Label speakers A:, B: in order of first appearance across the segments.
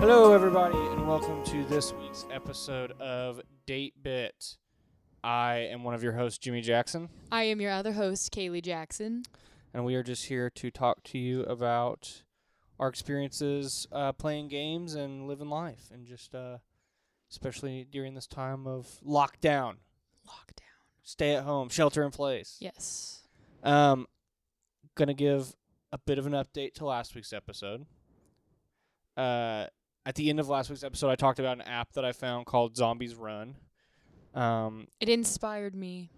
A: Hello, everybody, and welcome to this week's episode of Date Bit. I am one of your hosts, Jimmy Jackson,
B: I am your other host, Kaylee Jackson.
A: and we are just here to talk to you about our experiences uh, playing games and living life, and just uh, especially during this time of lockdown,
B: Lockdown.
A: stay at home, shelter in place.
B: Yes.
A: Um, gonna give a bit of an update to last week's episode. Uh, at the end of last week's episode, I talked about an app that I found called Zombies Run. Um,
B: It inspired me.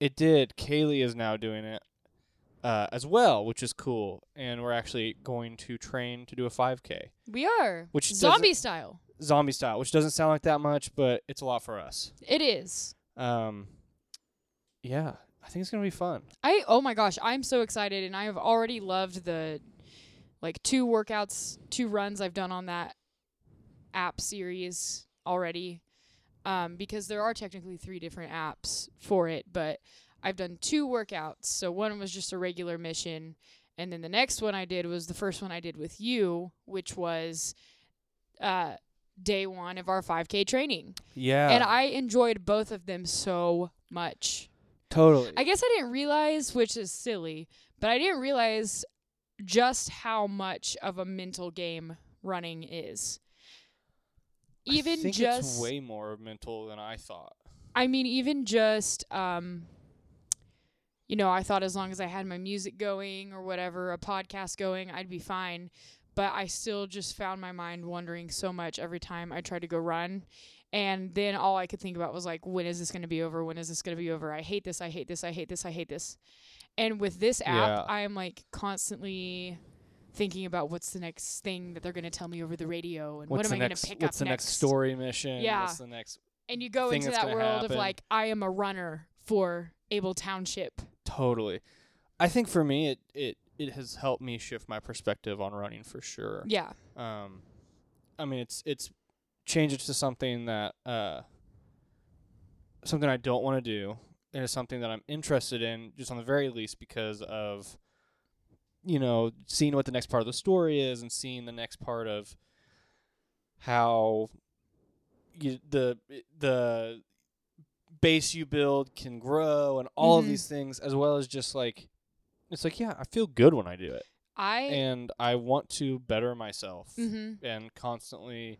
A: it did. Kaylee is now doing it uh, as well, which is cool. And we're actually going to train to do a 5K,
B: We are.
A: Which doesn't-
B: zombie style.
A: zombie style, which doesn't sound like that much, but it's a lot for us.
B: It is.
A: Um, yeah, I think it's gonna be fun.
B: I oh my gosh, I'm so excited and I have already loved the like two workouts, two runs I've done on that app series already. Um, because there are technically three different apps for it, but I've done two workouts. So one was just a regular mission, and then the next one I did was the first one I did with you, which was uh, day one of our 5K training,
A: Yeah,
B: and I enjoyed both of them so much.
A: totally.
B: I guess I didn't realize, which is silly, but I didn't realize just how much of a mental game running is. Even
A: I think
B: just,
A: it's way more mental than I thought.
B: I mean, even just, um, you know, I thought as long as I had my music going or whatever, a podcast going, I'd be fine. But I still just found my mind wandering so much every time I tried to go run. And then all I could think about was like, when is this going to be over? When is this going to be over? I hate this. I hate this. I hate this. I hate this. And with this app,
A: Yeah.
B: I am like constantly thinking about what's the next thing that they're going to tell me over the radio and what am I going to pick up
A: What's the next, story mission?
B: Yeah.
A: What's the next?
B: and you go
A: thing
B: into
A: that's
B: that
A: gonna
B: world
A: happen.
B: of like I am a runner for Able Township.
A: Totally. I think for me, it it it has helped me shift my perspective on running for sure.
B: Yeah.
A: Um, I mean, it's it's changed it to something that uh something I don't want to do, and it's something that I'm interested in, just on the very least, because of you know seeing what the next part of the story is and seeing the next part of how you, the the base you build can grow and all of
B: Mhm.
A: these things as well as just like it's like yeah i feel good when i do it
B: I
A: and i want to better myself
B: hmm
A: and constantly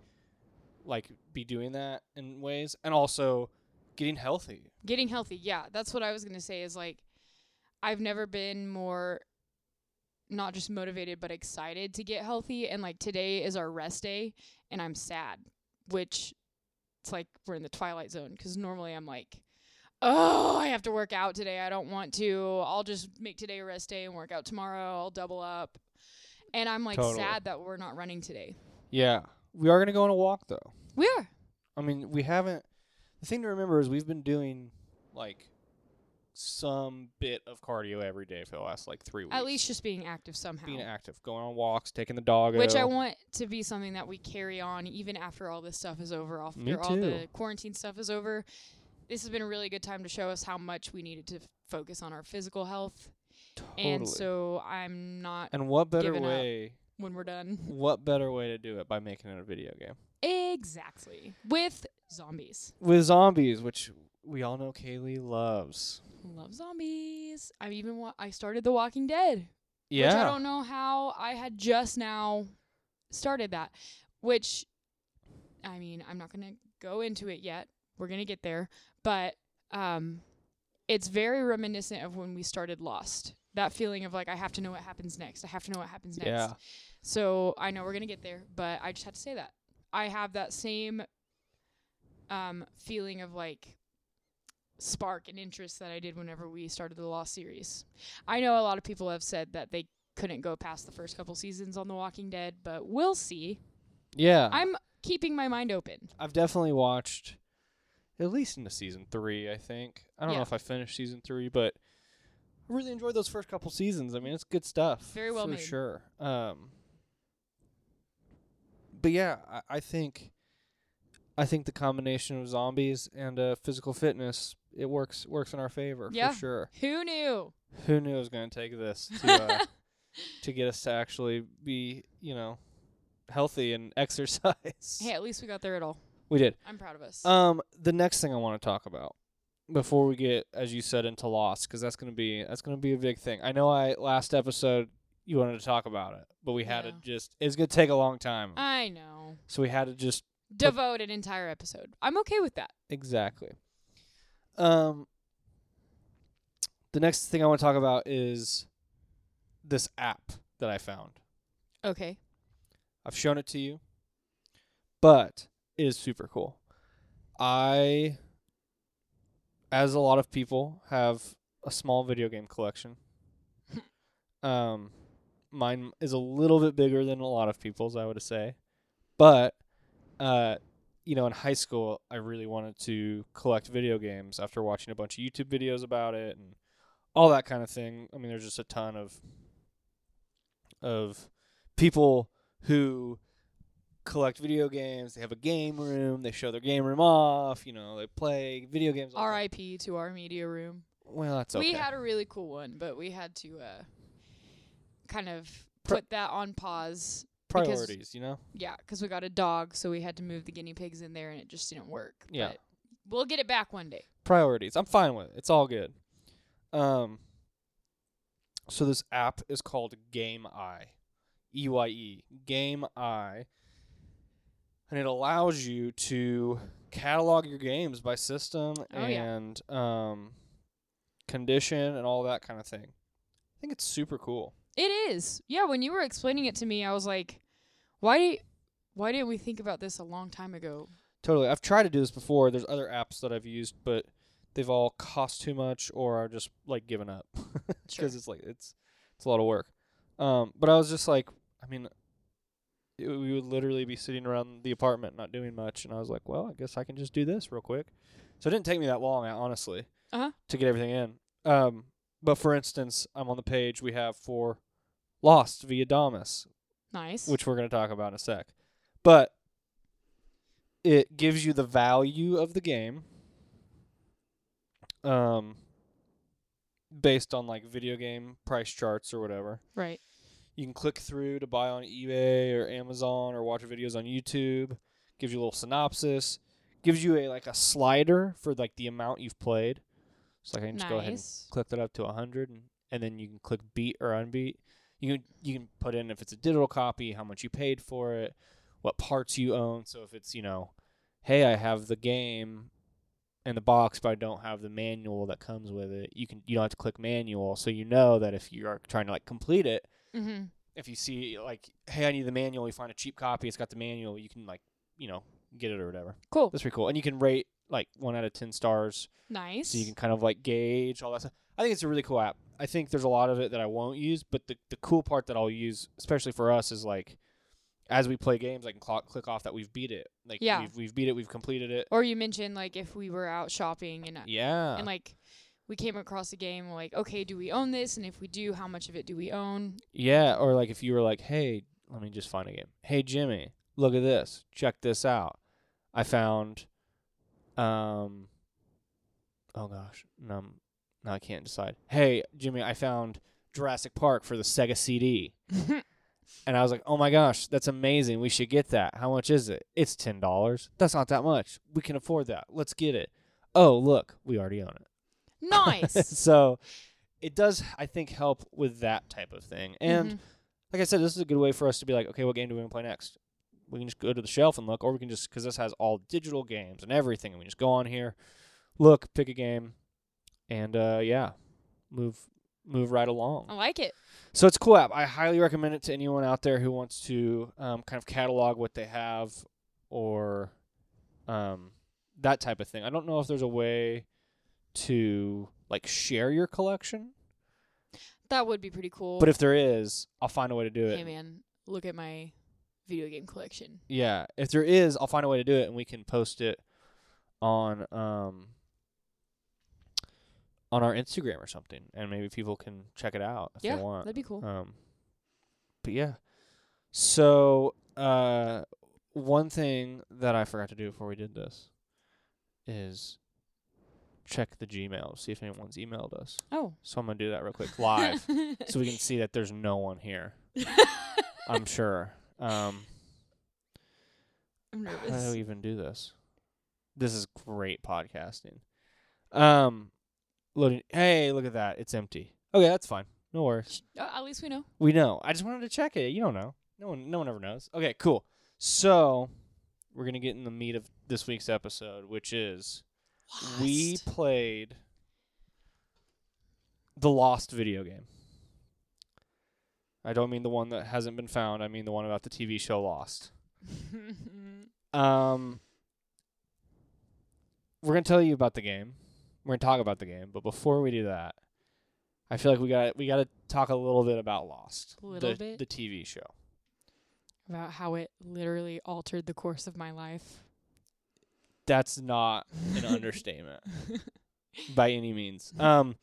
A: like be doing that in ways and also getting healthy
B: getting healthy. Yeah, that's what I was going to say is like I've never been more not just motivated but excited to get healthy and like today is our rest day and I'm sad, which it's like we're in the twilight zone cuz normally I'm like oh, I have to work out today. I don't want to. I'll just make today a rest day and work out tomorrow. I'll double up. And I'm like
A: Totally.
B: sad that we're not running today.
A: yeah we are going to go on a walk though
B: We are.
A: i mean we haven't the thing to remember is we've been doing like some bit of cardio every day for the last like three weeks
B: At least just being active somehow.
A: being active going on walks taking the dog
B: Which I want to be something that we carry on even after all this stuff is over, after
A: Me
B: all
A: too.
B: the quarantine stuff is over. This has been a really good time to show us how much we needed to f- focus on our physical health.
A: totally.
B: And so I'm not
A: and what better
B: giving up.
A: way
B: when we're done.
A: what better way to do it by making it a video game
B: Exactly. With zombies.
A: with zombies which we all know kaylee loves
B: Love zombies. I even wa- I started The Walking Dead.
A: yeah
B: Which I don't know how I had just now started that. Which, I mean, I'm not going to go into it yet. We're going to get there. But um, it's very reminiscent of when we started Lost. That feeling of like, I have to know what happens next. I have to know what happens next.
A: yeah
B: So I know we're going to get there, but I just had to say that. I have that same um, feeling of like spark and interest that I did whenever we started the Lost series. I know a lot of people have said that they couldn't go past the first couple seasons on The Walking Dead, but we'll see.
A: yeah
B: I'm keeping my mind open.
A: I've definitely watched at least into season three. I think I don't know
B: Yeah.
A: if I finished season three, but I really enjoyed those first couple seasons. I mean, it's good stuff.
B: Very well
A: for
B: made.
A: sure. Um, but yeah, I, I think I think the combination of zombies and uh, physical fitness it works works in our favor
B: Yeah.
A: for sure.
B: Who knew?
A: Who knew it was going to take this to uh, to get us to actually be you know healthy and exercise.
B: Hey, at least we got there at all.
A: We did.
B: I'm proud of us.
A: Um, the next thing I want to talk about before we get, as you said, into loss, because that's gonna be that's gonna be a big thing. I know I last episode you wanted to talk about it, but we had to
B: Yeah. Uh,
A: just it's gonna take a long time,
B: I know.
A: so we had to just
B: Devote an entire episode. I'm okay with that.
A: exactly. Um, the next thing I want to talk about is this app that I found.
B: Okay.
A: I've shown it to you, but it is super cool. I, as a lot of people, have a small video game collection. um, mine is a little bit bigger than a lot of people's, I would say, but, uh, you know, in high school, I really wanted to collect video games after watching a bunch of YouTube videos about it and all that kind of thing. I mean, there's just a ton of of people who collect video games. They have a game room. They show their game room off. You know, they play video games. all the time.
B: R.I.P. to our media room.
A: Well, that's okay.
B: We had a really cool one, but we had to uh, kind of
A: Pri-
B: put that on pause. because-
A: priorities, you know.
B: Yeah, 'cause we got a dog, so we had to move the guinea pigs in there, and it just didn't work.
A: Yeah.
B: But we'll get it back one day.
A: priorities. I'm fine with it. It's all good. Um so this app is called Game Eye. E Y E. Game Eye. And it allows you to catalog your games by system
B: Oh, yeah.
A: and um condition and all that kind of thing. I think it's super cool.
B: It is. Yeah, when you were explaining it to me, I was like, why why didn't we think about this a long time ago?
A: Totally. I've tried to do this before. There's other apps that I've used, but they've all cost too much or are just like given up.
B: Sure.
A: because it's like it's it's a lot of work. Um, but I was just like, I mean, it, we would literally be sitting around the apartment not doing much, and I was like, well, I guess I can just do this real quick. So it didn't take me that long, I- honestly,
B: Uh-huh.
A: to get everything in. Um, but for instance, I'm on the page we have for Lost via Domus,
B: Nice.
A: which we're going to talk about in a sec. But it gives you the value of the game um based on like video game price charts or whatever.
B: right.
A: You can click through to buy on eBay or Amazon or watch videos on YouTube. Gives you a little synopsis. Gives you a like a slider for like the amount you've played. So like I can just go ahead and
B: Nice.
A: click that up to 100 and, and then you can click beat or unbeat you can you can put in if it's a digital copy how much you paid for it what parts you own so if it's you know hey i have the game and the box but i don't have the manual that comes with it you can you don't have to click manual so you know that if you are trying to like complete it
B: Mm-hmm.
A: if you see like hey i need the manual you find a cheap copy it's got the manual you can like you know get it or whatever
B: Cool.
A: that's pretty cool and you can rate like one out of ten stars
B: Nice.
A: so you can kind of like gauge all that stuff. I think it's a really cool app. I think there's a lot of it that I won't use, but the, the cool part that I'll use, especially for us, is like as we play games, I can clock, click off that we've beat it. Like
B: Yeah.
A: we've, we've beat it, we've completed it.
B: or you mentioned like if we were out shopping and uh,
A: Yeah,
B: and like we came across a game like okay, do we own this? And if we do, how much of it do we own?
A: yeah. Or like if you were like, hey, let me just find a game. Hey Jimmy, look at this. Check this out. I found, um, oh gosh, no, no, I can't decide. Hey Jimmy, I found Jurassic Park for the Sega CD. And I was like, "Oh my gosh, that's amazing! We should get that. How much is it? It's ten dollars. That's not that much. We can afford that. Let's get it. Oh, look, we already own it.
B: nice.
A: so it does, I think, help with that type of thing. And
B: Mhm.
A: like I said, this is a good way for us to be like, okay, what game do we want to play next? We can just go to the shelf and look, or we can just because this has all digital games and everything, and we just go on here, look, pick a game, and uh, yeah, move move right along.
B: Mm-hmm. I like it.
A: So it's a cool app. I highly recommend it to anyone out there who wants to um, kind of catalog what they have or um, that type of thing. I don't know if there's a way to like share your collection,
B: That would be pretty cool.
A: but if there is, I'll find a way to do it.
B: hey man, look at my video game collection.
A: Yeah, if there is, I'll find a way to do it, and we can post it on um on our Instagram or something, and maybe people can check it out if
B: Yeah,
A: they want.
B: That'd be cool.
A: Um, but yeah. So uh, one thing that I forgot to do before we did this is check the Gmail, see if anyone's emailed us.
B: oh.
A: So I'm gonna do that real quick live, so we can see that there's no one here. I'm sure. Um,
B: I'm
A: How do
B: nervous.
A: we even do this? This is great podcasting. Um, loading. Hey, look at that. It's empty. Okay, that's fine. No worries.
B: Sh- uh, at least we know.
A: We know. I just wanted to check it. You don't know. No one. No one ever knows. Okay, cool. So we're gonna get in the meat of this week's episode, which is we
B: Lost.
A: played the Lost video game. I don't mean the one that hasn't been found. I mean the one about the TV show Lost. Um, we're gonna tell you about the game. We're gonna talk about the game, but before we do that, I feel like we got we got to talk a little bit about Lost,
B: Little
A: the,
B: bit?
A: the TV show.
B: About how it literally altered the course of my life.
A: That's not an understatement by any means. Um,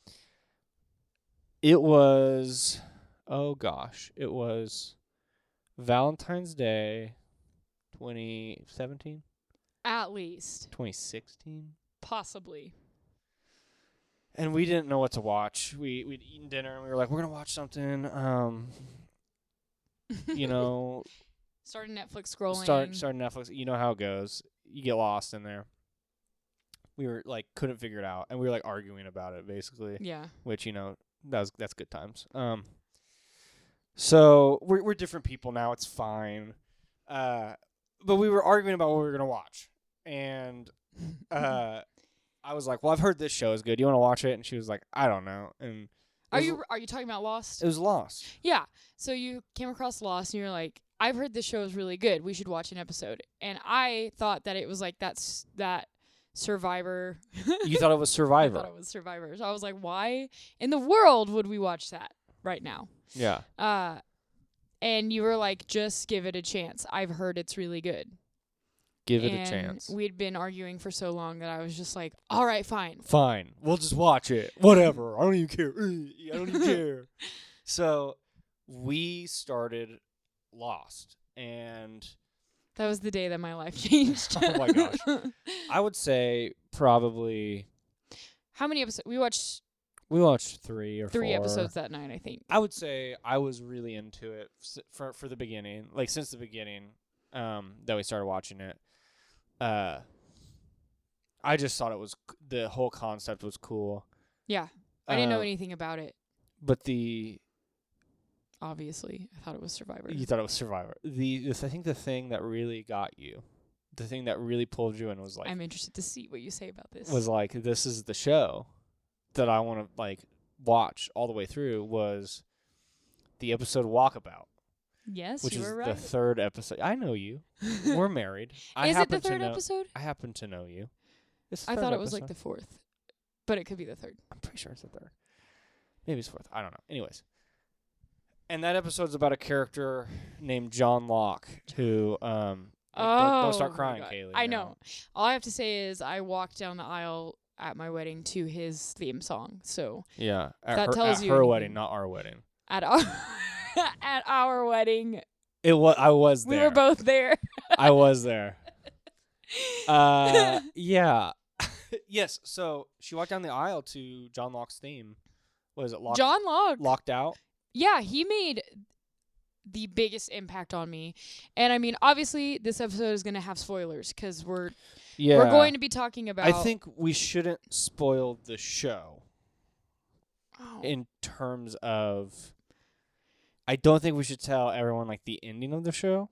A: it was, oh gosh, it was Valentine's Day, 2017,
B: At least,
A: 2016.
B: possibly.
A: and we didn't know what to watch. We we'd eaten dinner and we were like, we're gonna watch something. Um, you know,
B: Started Netflix scrolling.
A: start start Netflix. You know how it goes. You get lost in there. We were like, couldn't figure it out, and we were like arguing about it basically.
B: Yeah.
A: Which you know, that was that's good times. Um, so we're we're different people now. It's fine. Uh, but we were arguing about what we were gonna watch, and uh, I was like, well, I've heard this show is good. You want to watch it? And she was like, I don't know, and.
B: Are
A: was-
B: you are you talking about Lost?
A: It was Lost.
B: Yeah. So you came across Lost and you're like, I've heard this show is really good. We should watch an episode. And I thought that it was like that's that Survivor.
A: You thought it was
B: I
A: Survivor.
B: thought it was Survivor. So I was like, why in the world would we watch that right now?
A: yeah.
B: Uh and you were like, just give it a chance. I've heard it's really good.
A: Give it
B: And
A: a chance.
B: We'd been arguing for so long that I was just like, all right, fine.
A: Fine. We'll just watch it. Whatever. I don't even care. I don't even care. So we started Lost. And
B: That was the day that my life changed.
A: Oh my gosh. I would say probably
B: How many episodes? We watched
A: we watched three or
B: three
A: four.
B: episodes that night, I think.
A: I would say I was really into it s- for for the beginning, like since the beginning um, that we started watching it. Uh, I just thought it was c- the whole concept was cool.
B: Yeah. I didn't know
A: Uh,
B: anything about it,
A: But the
B: obviously. I thought it was Survivor.
A: you thought it was Survivor. The, the I think the thing that really got you, the thing that really pulled you in was like
B: I'm interested to see what you say about this.
A: was like this is the show that I want to like watch all the way through was the episode Walkabout,
B: yes,
A: which
B: you
A: is
B: were
A: the
B: right.
A: third episode. I know you. We're married. I
B: is it
A: happen
B: the third
A: to know,
B: episode?
A: I happen to know you. It's the
B: I
A: third
B: thought it was like
A: episode.
B: the fourth, but it could be the third.
A: I'm pretty sure it's the third. Maybe it's fourth. I don't know. Anyways. And that episode's about a character named John Locke who um don't, don't
B: Oh
A: start
B: my
A: crying,
B: God.
A: Kaylee.
B: I
A: now.
B: know. All I have to say is I walked down the aisle at my wedding to his theme song. So
A: Yeah. At
B: That
A: her,
B: tells
A: at
B: you
A: her
B: anything.
A: wedding, not our wedding.
B: at our at our wedding,
A: It was I was
B: we
A: there.
B: were both there.
A: I was there. Uh yeah. yes, so she walked down the aisle to John Locke's theme. Was it locked
B: John Locke.
A: locked out?
B: yeah, he made the biggest impact on me. And I mean, obviously, this episode is going to have spoilers because we're
A: Yeah.
B: we're going to be talking about.
A: I think we shouldn't spoil the show.
B: Oh,
A: in terms of I don't think we should tell everyone like the ending of the show.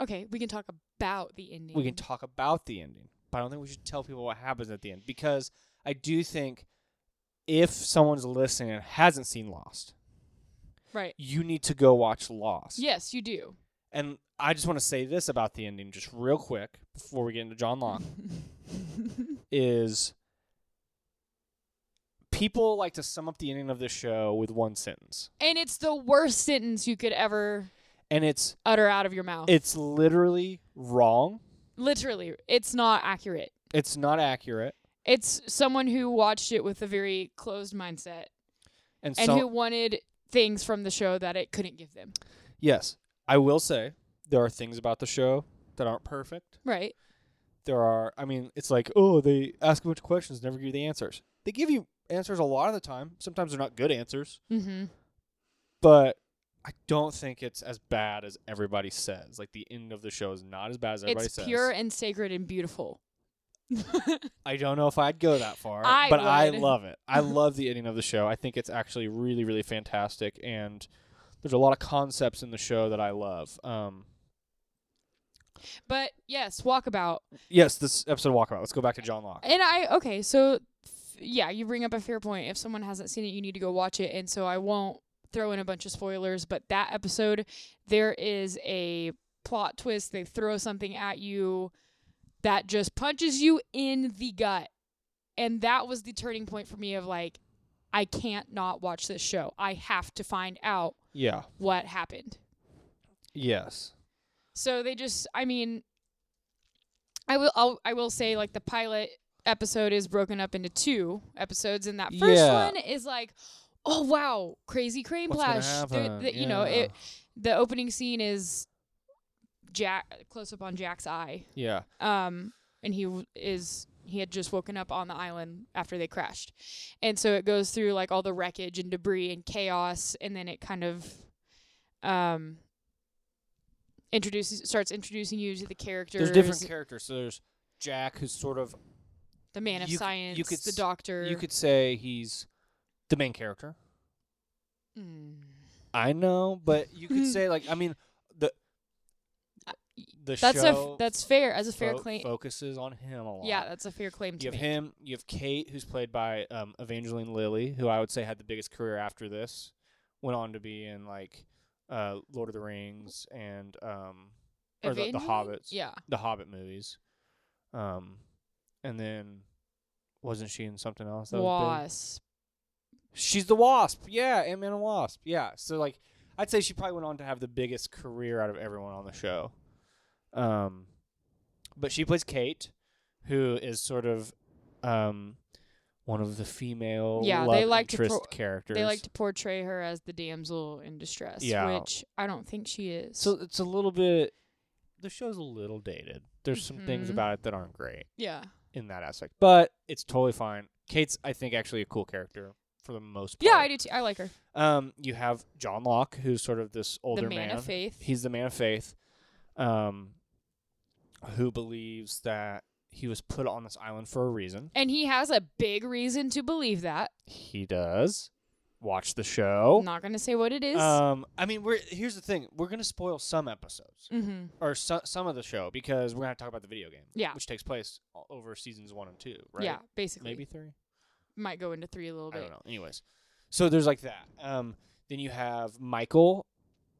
B: okay, we can talk about the ending.
A: We can talk about the ending, but I don't think we should tell people what happens at the end because I do think if someone's listening and hasn't seen Lost,
B: right.
A: you need to go watch Lost.
B: Yes, you do.
A: And I just want to say this about the ending just real quick before we get into John Locke is people like to sum up the ending of the show with one sentence.
B: and it's the worst sentence you could ever
A: And it's
B: utter out of your mouth.
A: it's literally wrong.
B: Literally, it's not accurate.
A: It's not accurate.
B: It's someone who watched it with a very closed mindset
A: And,
B: and
A: so,
B: who wanted things from the show that it couldn't give them.
A: yes, I will say there are things about the show that aren't perfect.
B: Right.
A: There are, I mean, it's like, oh, they ask a bunch of questions, never give you the answers. They give you answers a lot of the time. Sometimes they're not good answers,
B: Mm-hmm.
A: but I don't think it's as bad as everybody says. Like the end of the show is not as bad as everybody
B: It's
A: says.
B: pure and sacred and beautiful.
A: I don't know if I'd go that far,
B: I
A: but I
B: would.
A: love it. I love the ending of the show. I think it's actually really, really fantastic, and there's a lot of concepts in the show that I love. Um,
B: but yes, walkabout.
A: yes, this episode of Walkabout. Let's go back to John Locke.
B: And I okay, so f- yeah, you bring up a fair point. If someone hasn't seen it, you need to go watch it. And so I won't throw in a bunch of spoilers, but that episode there is a plot twist. They throw something at you that just punches you in the gut. And that was the turning point for me of like I can't not watch this show. I have to find out
A: Yeah.
B: what happened.
A: Yes.
B: So they just, I mean, I will, I'll, I will say like the pilot episode is broken up into two episodes, and that first
A: Yeah.
B: one is like, oh wow, crazy crane
A: What's gonna
B: Blash. The-
A: happen?
B: the- You know,
A: Yeah.
B: it. The opening scene is Jack close up on Jack's eye,
A: Yeah.
B: um, and he w- is he had just woken up on the island after they crashed, and so it goes through like all the wreckage and debris and chaos, and then it kind of, um, introduces starts introducing you to the characters,
A: There's different characters. So there's Jack, who's sort of
B: the man of
A: you c- you
B: science,
A: could
B: the
A: s-
B: doctor.
A: you could say he's the main character.
B: Mm.
A: I know, but you
B: Hmm.
A: could say like I mean the the
B: Uh, That's a
A: show
B: f- that's fair as a fair
A: fo-
B: claim.
A: focuses on him a lot.
B: Yeah, that's a fair claim to
A: You have
B: make.
A: him. You have Kate, who's played by um, Evangeline Lilly, who I would say had the biggest career after this. Went on to be in like uh, Lord of the Rings and um, or the, the
B: Evangeline?
A: Hobbits,
B: Yeah,
A: the Hobbit movies. Um, and then wasn't she in something else? That Was big?
B: wasp.
A: She's the Wasp. Yeah, Ant Man and Wasp. Yeah. So like, I'd say she probably went on to have the biggest career out of everyone on the show. Um, but she plays Kate, who is sort of, um, one of the female
B: Yeah,
A: love
B: they like to
A: interest
B: pro-
A: characters.
B: They like to portray her as the damsel in distress,
A: Yeah.
B: which I don't think she is.
A: so it's a little bit. The show's a little dated. There's some things
B: Mhm.
A: about it that aren't great
B: yeah.
A: in that aspect, but it's totally fine. Kate's, I think, actually a cool character for the most part.
B: Yeah, I do too. I like her.
A: Um, you have John Locke, who's sort of this older
B: the man, of faith.
A: He's the man of faith, um, who believes that he was put on this island for a reason.
B: and he has a big reason to believe that.
A: He does watch the show.
B: Not going to say what it is.
A: Um, I mean, we're here's the thing: we're gonna spoil some episodes
B: mm-hmm.
A: or so, some of the show because we're gonna talk about the video game,
B: Yeah.
A: which takes place o- over seasons one and two, right?
B: Yeah, basically.
A: maybe three.
B: Might go into three a little
A: I
B: bit.
A: don't know. Anyways, so there's like that. Um, then you have Michael,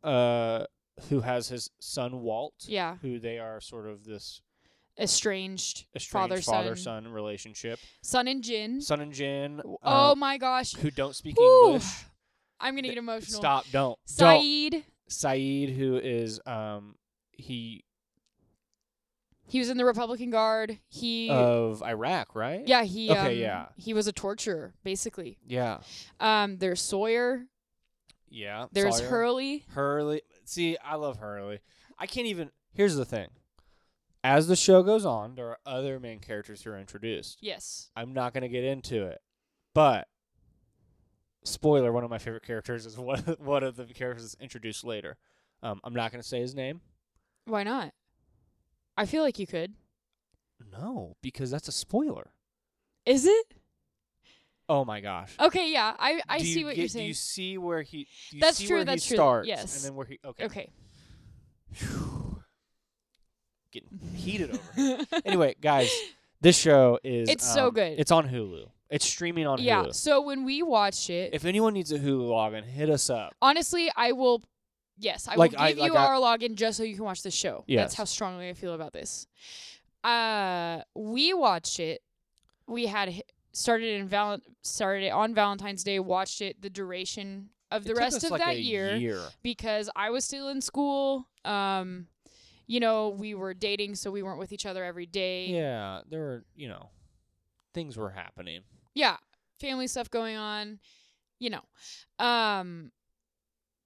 A: uh, who has his son Walt,
B: Yeah.
A: who they are sort of this
B: Estranged,
A: estranged
B: father-son.
A: father son relationship.
B: Son and Jin.
A: Son and Jin,
B: W- oh
A: um,
B: my gosh.
A: who don't speak
B: Whew.
A: English.
B: I'm going to
A: th-
B: get emotional.
A: Stop! Don't. Don't.
B: Saeed.
A: Saeed, who is um he
B: He was in the Republican Guard. He.
A: of Iraq, right?
B: yeah, he.
A: Uh, okay,
B: um,
A: yeah.
B: He was a torturer, basically.
A: Yeah.
B: Um, there's Sawyer.
A: Yeah.
B: There's
A: Sawyer.
B: Hurley.
A: Hurley. See, I love Hurley. I can't even. Here's the thing. As the show goes on, there are other main characters who are introduced.
B: Yes.
A: I'm not going to get into it. But spoiler, one of my favorite characters is one of, one of the characters that's introduced later. Um, I'm not going to say his name.
B: Why not? I feel like you could.
A: No, because that's a spoiler.
B: Is it?
A: Oh my gosh.
B: Okay, yeah. I, Uh, I
A: Do
B: see
A: you
B: what
A: get-
B: you're saying.
A: Do you see where he? Do you
B: That's
A: see
B: true,
A: Where
B: that's
A: he
B: true.
A: Starts
B: Yes.
A: And then where he? Okay.
B: okay.
A: Phew. Getting heated over. here. anyway, guys, this show is.
B: It's so
A: um,
B: good.
A: It's on Hulu. It's streaming on
B: yeah.
A: Hulu.
B: So when we watched it,
A: If anyone needs a Hulu login, hit us up.
B: honestly, I will. Yes, I
A: Like,
B: will
A: I-
B: give
A: like
B: you
A: I-
B: our login just so you can watch the show. That's
A: Yes.
B: how strongly I feel about this. Uh, we watched it. We had h- started in Val- started it on Valentine's Day. Watched it the duration of the
A: It took
B: rest
A: us
B: of
A: like
B: that
A: a
B: year. because I was still in school. Um, you know, we were dating, so we weren't with each other every day.
A: Yeah, there were you know, things were happening.
B: yeah family stuff going on you know um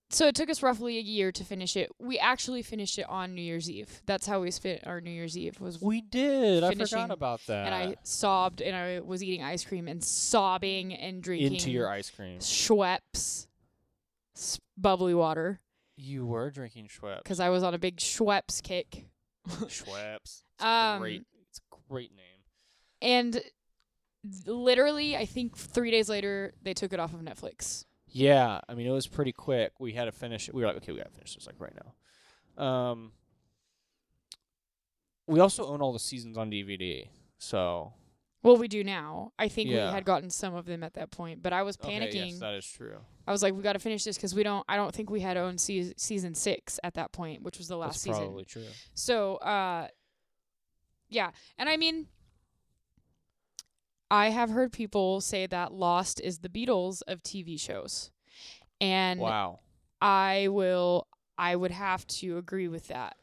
B: so it took us roughly a year to finish it we actually finished it on new year's eve that's how we spent our new year's eve was
A: We did. I
B: Finishing,
A: forgot about that.
B: and i sobbed and i was eating ice cream and sobbing and drinking
A: into your ice cream.
B: schweppes s- bubbly water
A: You were drinking Schweppes.
B: because I was on a big Schweppes kick.
A: Schweppes. It's
B: Um,
A: great. It's a great name.
B: And th- literally, I think three days later, they took it off of Netflix.
A: Yeah, I mean it was pretty quick. We had to finish it. We were like, okay, we gotta finish this like right now. Um, we also own all the seasons on DVD, so
B: Well, we do now. I think
A: Yeah.
B: we had gotten some of them at that point, but I was panicking.
A: Okay, yes, that is true.
B: I was like, we got to finish this because we don't. I don't think we had owned seas season six at that point, which was the last
A: That's
B: season.
A: probably true.
B: So, uh, yeah, and I mean, I have heard people say that Lost is the Beatles of TV shows, and
A: Wow.
B: I will. I would have to agree with that.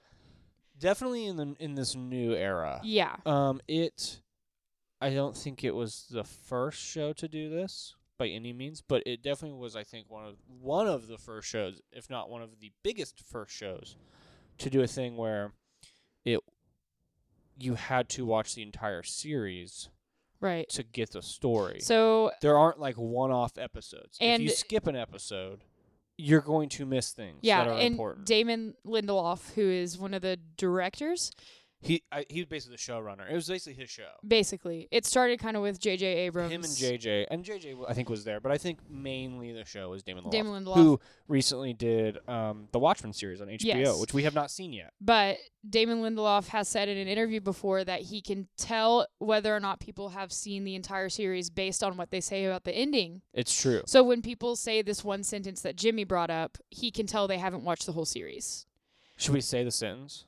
A: Definitely in the in this new era.
B: Yeah.
A: Um, it. I don't think it was the first show to do this by any means, but it definitely was. I think one of one of the first shows, if not one of the biggest first shows, to do a thing where it you had to watch the entire series
B: Right.
A: to get the story.
B: So
A: there aren't like one-off episodes. if you
B: And-
A: skip an episode, you're going to miss things
B: yeah,
A: that are
B: and
A: important.
B: Damon Lindelof, who is one of the directors,
A: he I, he was basically the showrunner. It was basically his show.
B: basically, it started kind of with J.J. Abrams.
A: Him and JJ, and JJ w- I think was there, but I think mainly the show was Damon Lindelof,
B: Damon Lindelof.
A: who recently did um, the Watchmen series on HBO,
B: Yes.
A: which we have not seen yet.
B: But Damon Lindelof has said in an interview before that he can tell whether or not people have seen the entire series based on what they say about the ending.
A: It's true.
B: So when people say this one sentence that Jimmy brought up, he can tell they haven't watched the whole series.
A: Should we say the sentence?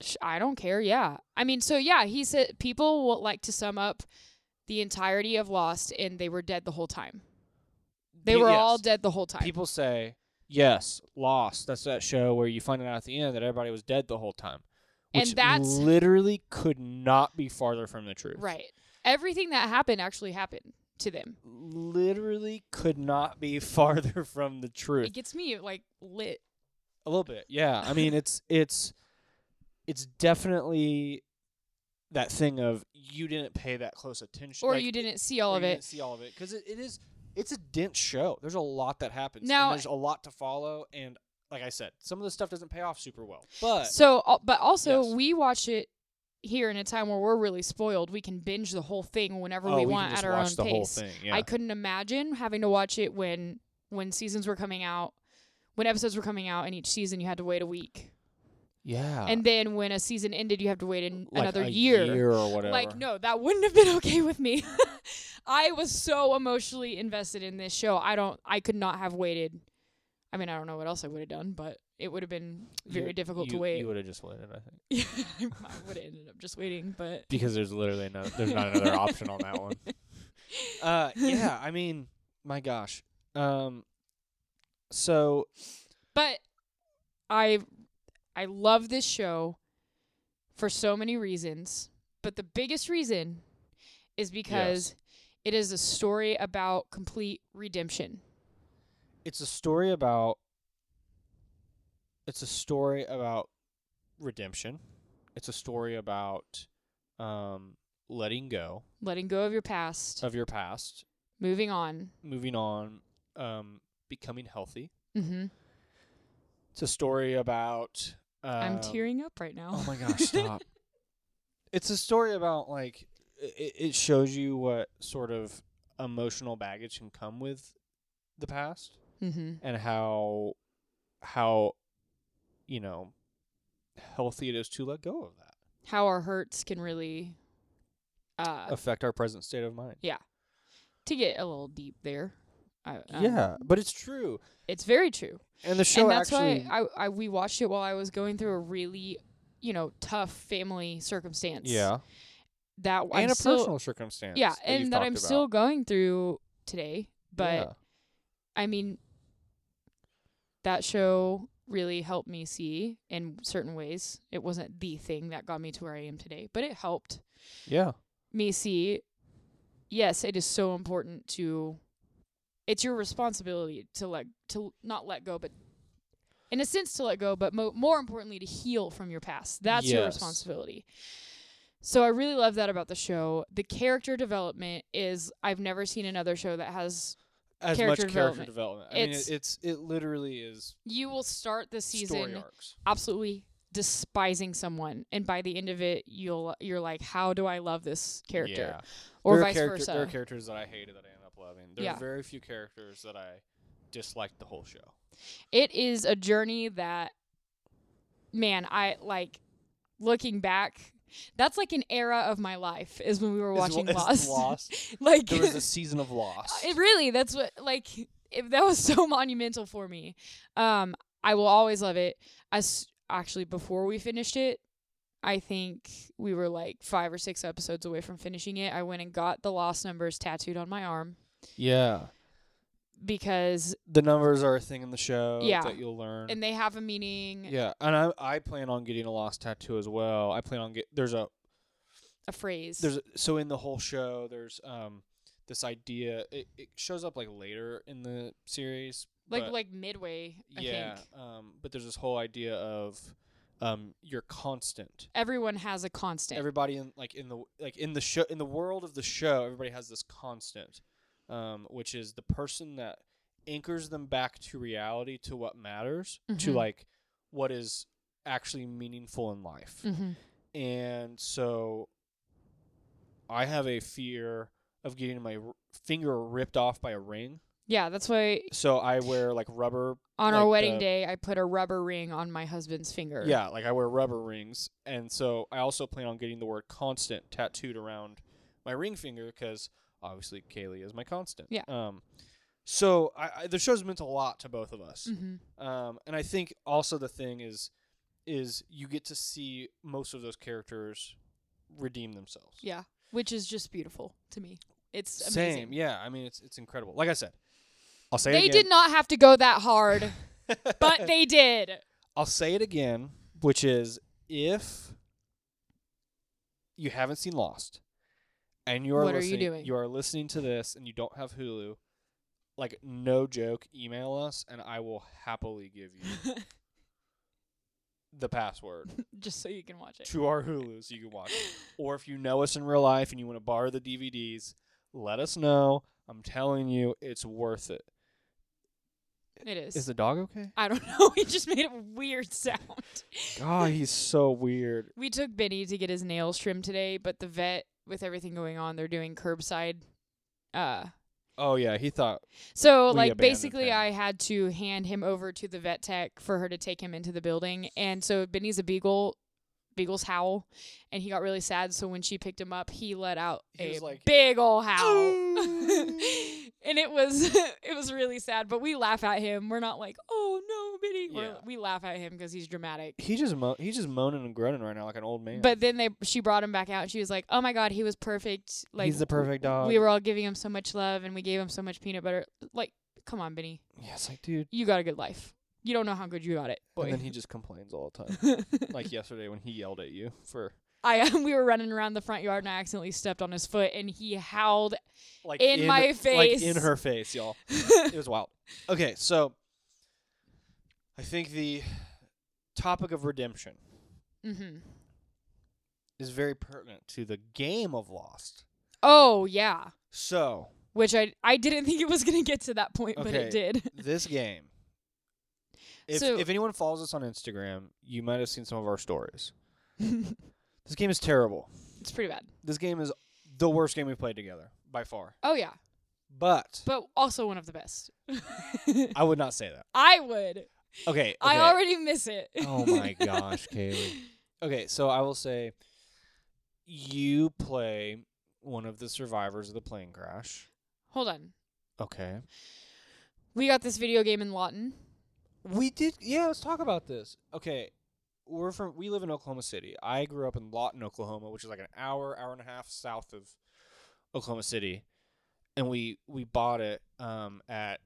B: Sh- I don't care. Yeah. I mean, so yeah, he said people will like to sum up the entirety of Lost and they were dead the whole time. They
A: Pe-
B: were
A: yes.
B: all dead the whole time.
A: People say yes, Lost. That's that show where you find out at the end that everybody was dead the whole time,
B: And
A: which
B: that's-
A: literally could not be farther from the truth.
B: right. Everything that happened actually happened to them.
A: Literally could not be farther from the truth.
B: It gets me like lit.
A: A little bit, yeah. I mean, it's it's it's definitely that thing of you didn't pay that close attention,
B: Or
A: like,
B: you didn't see
A: or
B: all of
A: you
B: it.
A: didn't see all of it because it, it is it's a dense show. There's a lot that happens. and
B: Now-
A: there's a lot to follow, and like I said, some of the stuff doesn't pay off super well. But
B: So, al- but also
A: Yes.
B: we watch it here in a time where we're really spoiled. We can binge the whole thing whenever
A: oh,
B: we
A: can
B: want
A: just
B: at our
A: watch
B: own
A: the
B: pace.
A: whole thing. Yeah,
B: I couldn't imagine having to watch it when when seasons were coming out, when episodes were coming out, and each season you had to wait a week,
A: yeah,
B: and then when a season ended, you have to wait an,
A: Uh. like
B: another
A: a
B: year.
A: or whatever.
B: Like no, that wouldn't have been okay with me. I was so emotionally invested in this show. I don't. I could not have waited. I mean, I don't know what else I would have done, but it would have been very
A: You-
B: difficult to
A: you-
B: wait.
A: You would have just waited, I think,
B: Yeah, I would have ended up just waiting, but
A: because there's literally no, there's not another option on that one. Uh, yeah, I mean, my gosh. Um, so
B: but I I love this show for so many reasons, but the biggest reason is because it is a story about complete redemption.
A: it's a story about. It's a story about redemption. It's a story about um, letting go
B: Letting go of your past,
A: of your past,
B: moving on.
A: moving on, um, becoming healthy.
B: Mm-hmm.
A: It's a story about. Um,
B: I'm tearing up right now.
A: Oh my gosh, stop. it's a story about like it, it shows you what sort of emotional baggage can come with the past
B: mm-hmm.
A: and how how you know healthy it is to let go of that.
B: How our hurts can really uh
A: Affect our present state of mind.
B: to get a little deep there. I, um,
A: yeah, but it's true.
B: It's very true.
A: And the show
B: and that's
A: actually
B: why I, I we watched it while I was going through a really, you know, tough family circumstance.
A: yeah,
B: that
A: and
B: I'm
A: a
B: still,
A: personal circumstance.
B: yeah,
A: you've
B: and that
A: talked
B: I'm
A: about.
B: still going through today. But
A: Yeah.
B: I mean, that show really helped me see in certain ways. It wasn't the thing that got me to where I am today, but it helped
A: yeah,
B: me see. Yes, it is so important to. It's your responsibility to let to not let go, but in a sense to let go, but mo- more importantly to heal from your past. That's your
A: Yes.
B: responsibility. So I really love that about the show. The character development is I've never seen another show that has
A: as
B: character
A: much character
B: development.
A: development. I mean,
B: It's-
A: it, it's it literally is
B: You will start the
A: story
B: season
A: arcs.
B: absolutely despising someone, and by the end of it, you'll you're like, how do I love this character?
A: Yeah.
B: Or
A: There are
B: vice
A: character-
B: versa.
A: There are characters that I hated that I ended up loving. There
B: Yeah.
A: are very few characters that I disliked the whole show.
B: it is a journey that man i like looking back that's like an era of my life is when we were
A: Is-
B: watching
A: is
B: lost
A: Lost.
B: like
A: There was a season of Lost.
B: it really that's what like if that was so monumental for me um i will always love it as actually before we finished it i think we were like five or six episodes away from finishing it i went and got the lost numbers tattooed on my arm
A: yeah.
B: because
A: The numbers are a thing in the show
B: Yeah.
A: that you'll learn.
B: and they have a meaning
A: yeah, and I I plan on getting a Lost tattoo as well. I plan on get there's a
B: a phrase
A: there's a, so in the whole show there's um this idea it, it shows up like later in the series
B: like
A: but-
B: like midway i
A: yeah
B: think
A: um but there's this whole idea of um you're constant
B: everyone has a constant
A: everybody in like in the like in the show in the world of the show everybody has this constant um which is the person that anchors them back to reality to what matters to
B: Mhm.
A: like what is actually meaningful in life
B: Mhm.
A: and so I have a fear of getting my r- finger ripped off by a ring.
B: yeah that's why
A: So I wear like rubber.
B: on our
A: Like
B: wedding
A: the-
B: day i put a rubber ring on my husband's finger
A: Yeah, like I wear rubber rings, and so I also plan on getting the word "constant" tattooed around my ring finger because obviously Kaylee is my constant.
B: Yeah.
A: Um. So I, I the show's meant a lot to both of us.
B: hmm
A: Um, and I think also the thing is, is you get to see most of those characters redeem themselves.
B: yeah which is just beautiful to me it's amazing
A: Same, yeah. I mean, it's it's incredible. Like I said, I'll say
B: they
A: it
B: did
A: again.
B: not have to go that hard but they did
A: I'll say it again, which is if you haven't seen Lost and you are
B: What are you
A: listening,
B: doing?
A: you are listening to this and you don't have Hulu, like no joke, email us and I will happily give you the password
B: just so you can watch it
A: to our Hulu so you can watch. it. Or if you know us in real life and you want to borrow the DVDs, let us know. I'm telling you, it's worth it.
B: it is,
A: Is the dog okay?
B: i don't know he just made a weird sound
A: God, he's so weird.
B: we took benny to get his nails trimmed today but the vet with everything going on they're doing curbside uh
A: Oh yeah, he thought
B: So
A: We
B: like
A: abandoned
B: basically
A: him.
B: I had to hand him over to the vet tech for her to take him into the building. And so Benny's a beagle beagles howl and he got really sad so when she picked him up he let out
A: He
B: a
A: was like, "Oh."
B: big ol' howl.
A: "Ooh."
B: and it was it was really sad, but we laugh at him. We're not like, "Oh no, Benny." We're-
A: Yeah.
B: We laugh at him cuz he's dramatic.
A: he just mo- he's just moaning and groaning right now like an old man.
B: But then they she brought him back out and she was like, "Oh my god, he was perfect." Like
A: he's the perfect dog.
B: we were all giving him so much love and we gave him so much peanut butter. Like, come on, Benny.
A: yeah, it's like dude.
B: you got a good life. You don't know how good you got it, boy.
A: And then he just complains all the time. like yesterday when he yelled at you for
B: I um, we were running around the front yard and I accidentally stepped on his foot and he howled.
A: like
B: In my
A: like in
B: face.
A: her face, y'all. it was wild. Okay, so I think the topic of redemption
B: hmm
A: is very pertinent to the game of Lost.
B: Oh yeah,
A: So
B: which I I didn't think it was gonna get to that point, but
A: Okay.
B: it did.
A: this game. If,
B: So-
A: if anyone follows us on Instagram, you might have seen some of our stories. This game is terrible.
B: it's pretty bad.
A: This game is the worst game we've played together by far.
B: Oh yeah,
A: But
B: but also one of the best.
A: I would not say that.
B: I would.
A: Okay.
B: I
A: okay.
B: already miss it.
A: Oh my gosh, Kaylee. Okay, so I will say you play one of the survivors of the plane crash.
B: Hold on.
A: Okay.
B: We got this video game in Lawton.
A: We did yeah, let's talk about this. Okay. We're from we live in Oklahoma City. I grew up in Lawton, Oklahoma, which is like an hour, hour and a half south of Oklahoma City. And we we bought it um at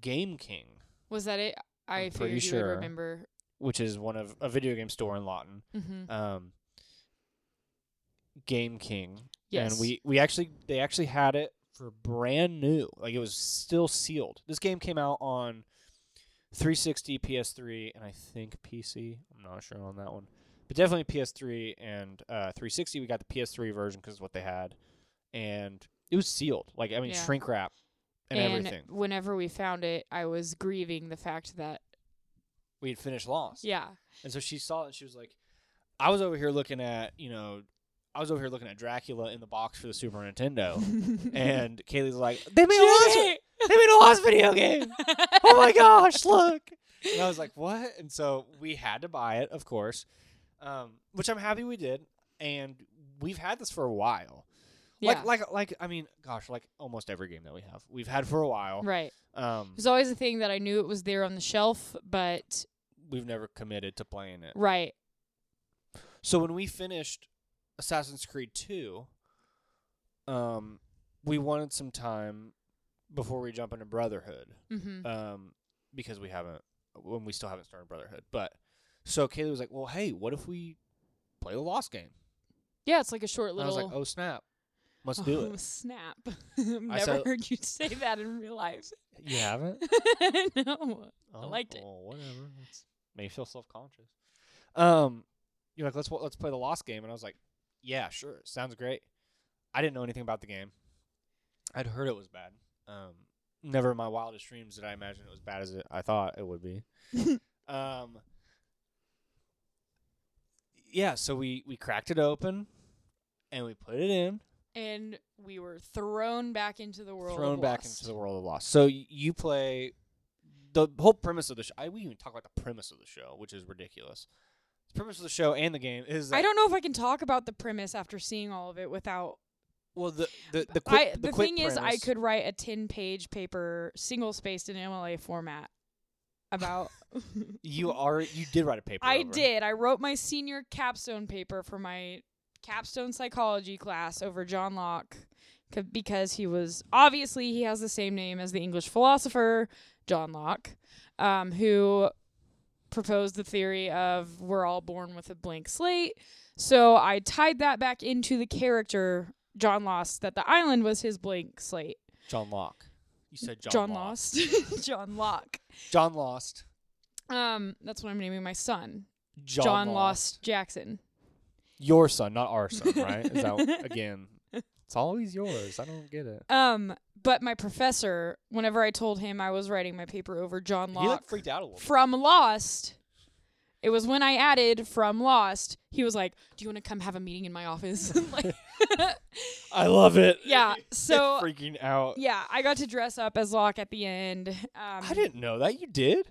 A: Game King,
B: Was that it? I
A: I'm pretty
B: figured you
A: sure.
B: would remember.
A: which is one of a video game store in Lawton.
B: hmm
A: um, Game King.
B: Yes.
A: And we, we actually they actually had it for brand new. Like it was still sealed. This game came out on 360, PS3, and I think PC. I'm not sure on that one. But definitely PS3 and uh, 360. We got the PS3 version because what they had, and it was sealed. Like I mean,
B: Yeah.
A: shrink wrap and,
B: and
A: everything.
B: whenever we found it, I was grieving the fact that
A: We had finished Lost.
B: yeah,
A: And so she saw it and she was like, I was over here looking at, you know, I was over here looking at Dracula in the box for the Super Nintendo. and Kaylee's like, they made a Lost,
B: Jenny!
A: they made a Lost video game. Oh my gosh, look. And I was like, what? And so we had to buy it, of course, um, which I'm happy we did. And we've had this for a while.
B: Yeah,
A: Like, like, like, I mean, gosh, like almost every game that we have, we've had for a while.
B: right.
A: Um,
B: It was always a thing that I knew it was there on the shelf, but
A: we've never committed to playing it.
B: right,
A: So when we finished Assassin's Creed 2, um, we wanted some time before we jump into Brotherhood,
B: mm-hmm.
A: um, because we haven't, when we still haven't started Brotherhood. But so Kaylee was like, "Well, hey, what if we play the Lost game?"
B: yeah, it's like a short
A: And I
B: little.
A: was like, "Oh snap, let's do
B: Oh,
A: it."
B: Snap! I've
A: I
B: never
A: said-
B: heard you say that in real life.
A: You haven't?
B: no.
A: Oh,
B: liked it.
A: Well, whatever. It's, made me feel self conscious. Um, you're like, let's wa- let's play the Lost game, and I was like, yeah, sure, sounds great. I didn't know anything about the game. I'd heard it was bad. Um, never in my wildest dreams did I imagine it was bad as it, I thought it would be. um, yeah, so we we cracked it open, and we put it in,
B: And we were thrown back into the world.
A: thrown back into the world of Lost. So y- you play the whole premise of the show. I, we even talk about the premise of the show, which is ridiculous. The premise of the show and the game is that,
B: I don't know if I can talk about the premise after seeing all of it without.
A: well the the the, quick,
B: I,
A: the,
B: the,
A: quick
B: thing is, I
A: premise-
B: could write a ten-page paper, single-spaced in MLA format, about.
A: you are you did write a paper.
B: I
A: over it.
B: did. I wrote my senior capstone paper for my capstone psychology class over John Locke c- because he was obviously he has the same name as the English philosopher John Locke, um, who proposed the theory of we're all born with a blank slate. So I tied that back into the character John Lost that the island was his blank slate.
A: John Locke. You said John,
B: John,
A: Locke.
B: Lost. John Locke.
A: John Lost.
B: Um, that's what I'm naming my son.
A: John,
B: John Lost Jackson.
A: Your son, not our son, right? Is that again? It's always yours. I don't get it.
B: Um, but my professor, whenever I told him I was writing my paper over John
A: He like
B: Locke
A: freaked out a little.
B: from Lost, it was when I added from Lost, he was like, "Do you want to come have a meeting in my office?" like,
A: I love it.
B: yeah. So
A: freaking out.
B: yeah, I got to dress up as Locke at the end. Um, I
A: I didn't know that. You did?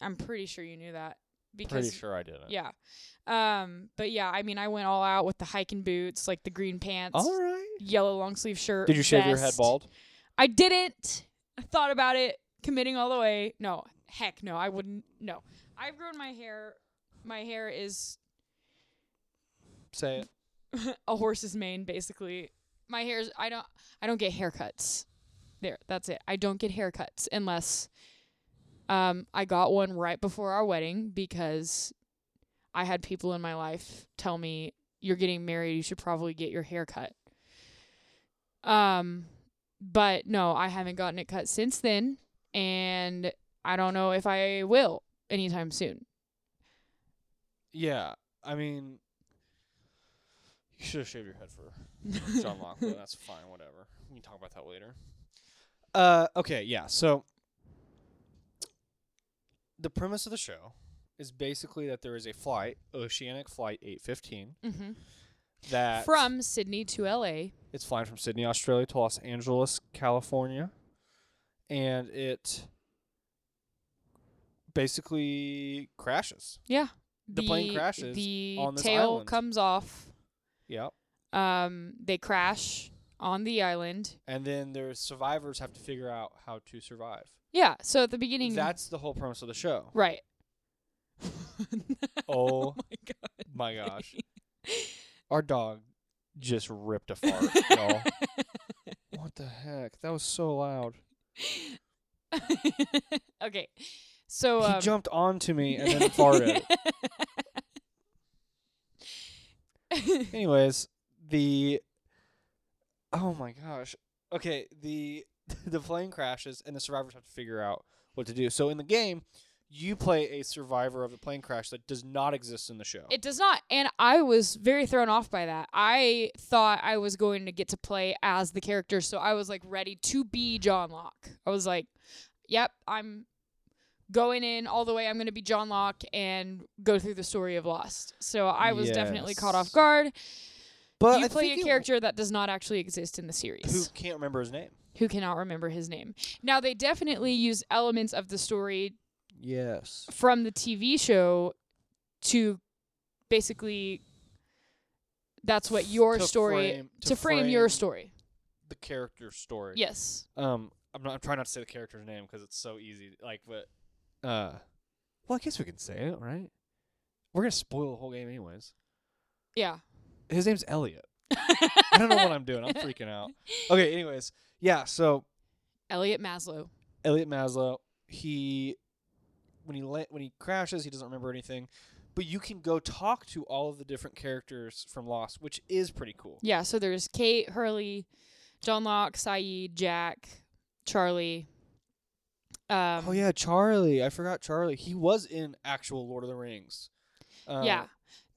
B: I'm pretty sure you knew that because
A: Pretty sure I didn't.
B: yeah. Um, but yeah, I mean, I went all out with the hiking boots, like the green pants,
A: All right.
B: yellow long sleeve shirt.
A: Did you shave your head
B: vest.
A: bald?
B: I didn't. I thought about it, committing all the way. No, heck no, I wouldn't. No, I've grown my hair. My hair is
A: Say it.
B: a horse's mane, basically. My hair is. I don't. I don't get haircuts. There, that's it. I don't get haircuts unless, um, I got one right before our wedding because I had people in my life tell me you're getting married, you should probably get your hair cut. Um, but no, I haven't gotten it cut since then, and I don't know if I will anytime soon.
A: Yeah. I mean, you should have shaved your head for John Locke, but that's fine. Whatever. We can talk about that later. Uh, okay. Yeah. So the premise of the show is basically that there is a flight, Oceanic Flight 815,
B: hmm
A: that
B: From Sydney to L.A.
A: It's flying from Sydney, Australia to Los Angeles, California. And it basically crashes.
B: Yeah.
A: The plane crashes
B: The
A: on this
B: tail
A: island.
B: comes off.
A: Yep.
B: Um, they crash on the island.
A: And then their survivors have to figure out how to survive.
B: Yeah. So at the beginning,
A: That's the whole premise of the show.
B: right.
A: Oh
B: my god.
A: my gosh. Our dog just ripped a fart, y'all. What the heck? That was so loud.
B: okay. So
A: he
B: um,
A: jumped onto me and then farted. Anyways, the oh my gosh. Okay, the the plane crashes and the survivors have to figure out what to do. So in the game, you play a survivor of a plane crash that does not exist in the show.
B: It does not. And I was very thrown off by that. I thought I was going to get to play as the character, so I was like ready to be John Locke. I was like, yep, I'm going in all the way. I'm going to be John Locke and go through the story of Lost. So I was definitely caught off
A: Yes.
B: guard.
A: but
B: you
A: I
B: play
A: think
B: a
A: it-
B: character that does not actually exist in the series
A: who can't remember his name.
B: who cannot remember his name. Now they definitely use elements of the story
A: Yes.
B: from the TV show to basically that's what your
A: To
B: story
A: frame-
B: to, frame, your
A: frame
B: story.
A: the character story.
B: Yes.
A: Um, I'm not. I'm trying not to say the character's name because it's so easy. Like, but uh, well, I guess we can say it, right? We're gonna spoil the whole game, anyways.
B: Yeah.
A: His name's Elliot. I don't know what I'm doing. I'm freaking out. Okay. Anyways, yeah. So
B: Elliot Maslow.
A: Elliot Maslow, he when he la- when he crashes, he doesn't remember anything. But you can go talk to all of the different characters from Lost, which is pretty cool.
B: Yeah, so there's Kate, Hurley, John Locke, Saeed, Jack, Charlie. Um
A: oh yeah, Charlie. I forgot Charlie. He was in actual Lord of the Rings. Uh,
B: yeah.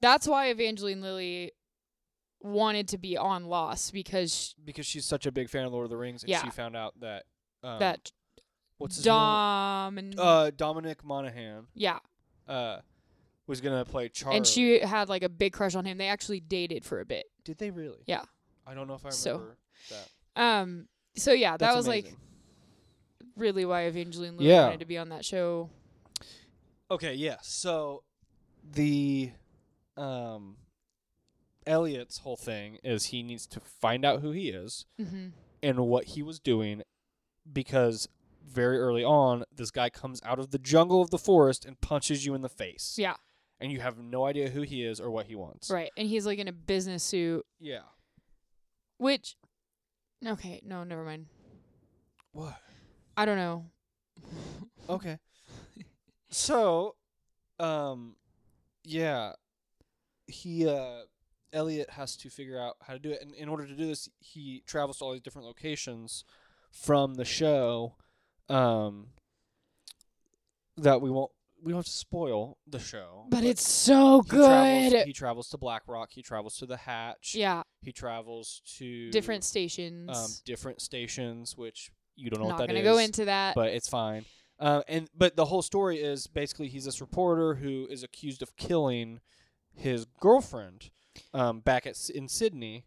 B: That's why Evangeline Lilly wanted to be on Lost because
A: because she's such a big fan of Lord of the Rings, and
B: Yeah.
A: she found out that um,
B: that
A: what's his
B: Dom and
A: name? Uh, Dominic Monaghan
B: yeah,
A: uh, was gonna play Charlie.
B: and she had like a big crush on him. They actually dated for a bit.
A: did they really?
B: Yeah.
A: I don't know if I
B: So,
A: remember that.
B: Um, so yeah, that
A: That's
B: was like
A: amazing.
B: really why Evangeline Lilly
A: Yeah.
B: wanted to be on that show.
A: Okay, yeah. So the um Elliot's whole thing is he needs to find out who he is
B: Mm-hmm.
A: and what he was doing because very early on this guy comes out of the jungle of the forest and punches you in the face.
B: Yeah.
A: And you have no idea who he is or what he wants.
B: Right, and he's like in a business suit,
A: Yeah.
B: which okay, no, never mind.
A: What?
B: I don't know.
A: Okay. so, um, yeah, he uh, Elliot has to figure out how to do it, and in order to do this, he travels to all these different locations from the show, um, that we won't we don't have to spoil the show,
B: But it's so
A: he travels-
B: good.
A: he travels to Black Rock. He travels to the Hatch.
B: yeah,
A: He travels to
B: different stations.
A: um, different stations, which you don't know
B: Not
A: what that
B: gonna
A: is
B: go into that.
A: but it's fine. Uh, and but the whole story is basically he's this reporter who is accused of killing his girlfriend um, back at S- in Sydney.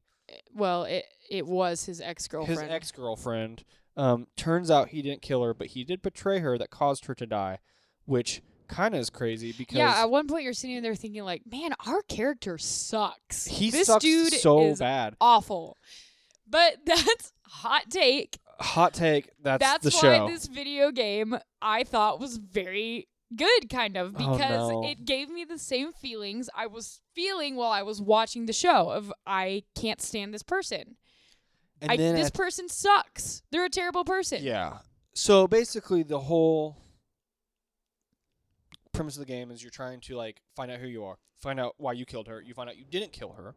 B: well, it it was his ex
A: His
B: girlfriend.
A: ex girlfriend. Um, turns out he didn't kill her, but he did betray her. That caused her to die, which kind of is crazy because
B: Yeah, at one point you're sitting there thinking like, man, our character sucks.
A: he
B: this
A: sucks
B: dude
A: so
B: is
A: bad.
B: awful. But that's hot take.
A: Hot take. That's,
B: That's,
A: the
B: why
A: show.
B: this video game I thought was very good, kind of,
A: Oh,
B: because
A: no.
B: it gave me the same feelings I was feeling while I was watching the show of I can't stand this person.
A: and
B: I,
A: then
B: this
A: at-
B: person sucks. They're a terrible person.
A: Yeah. So basically, the whole premise of the game is you're trying to like find out who you are, find out why you killed her. You find out you didn't kill her.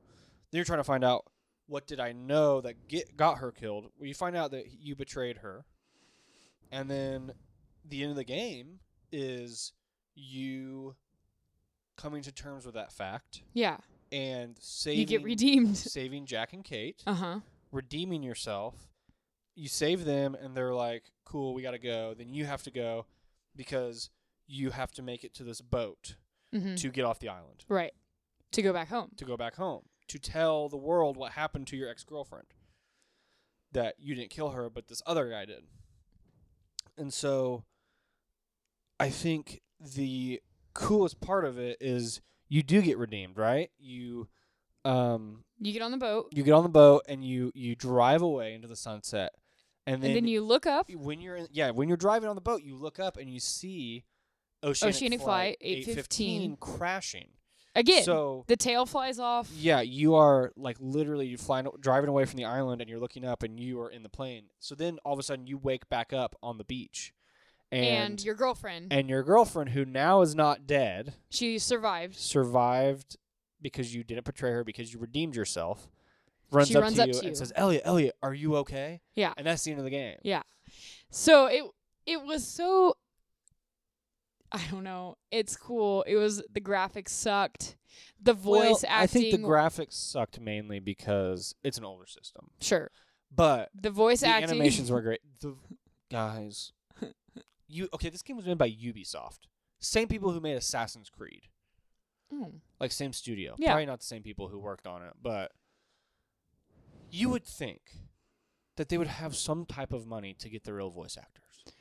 A: Then you're trying to find out what did I know that get, got her killed. Well, you find out that you betrayed her, and then the end of the game is you coming to terms with that fact
B: Yeah.
A: and saving
B: You get redeemed.
A: saving Jack and Kate
B: Uh huh.
A: redeeming yourself. You save them, and they're like, "Cool, we gotta go." Then you have to go because you have to make it to this boat
B: hmm
A: to get off the island
B: Right. To go back home.
A: to go back home to tell the world what happened to your ex girlfriend that you didn't kill her, but this other guy did. And so, I think the coolest part of it is you do get redeemed, right? You, um,
B: You get on the boat,
A: you get on the boat and you you drive away into the sunset and
B: and
A: then,
B: then, you look up.
A: when you're in, yeah when you're driving on the boat you look up and you see oceanic,
B: Oceanic
A: flight,
B: Flight 815
A: crashing
B: Again,
A: so
B: the tail flies off.
A: yeah you are like literally you flying driving away from the island and you're looking up and you are in the plane so then all of a sudden you wake back up on the beach
B: and,
A: and
B: your girlfriend.
A: and your girlfriend who now is not dead
B: she survived.
A: survived because you didn't betray her because you redeemed yourself. Runs,
B: She
A: up,
B: runs
A: to
B: up
A: you
B: to you.
A: and says, "Elliot, Elliot, are you okay?"
B: Yeah.
A: and that's the end of the game.
B: So it it was so I don't know. It's cool. It was the graphics sucked. The voice
A: Well,
B: acting
A: I think the graphics sucked mainly because it's an older system.
B: sure.
A: But
B: The voice
A: the
B: acting
A: animations were great. The guys, you okay? This game was made by Ubisoft, same people who made Assassin's Creed,
B: Mm.
A: like same studio.
B: Yeah.
A: Probably not the same people who worked on it, but you would think that they would have some type of money to get the real voice actors.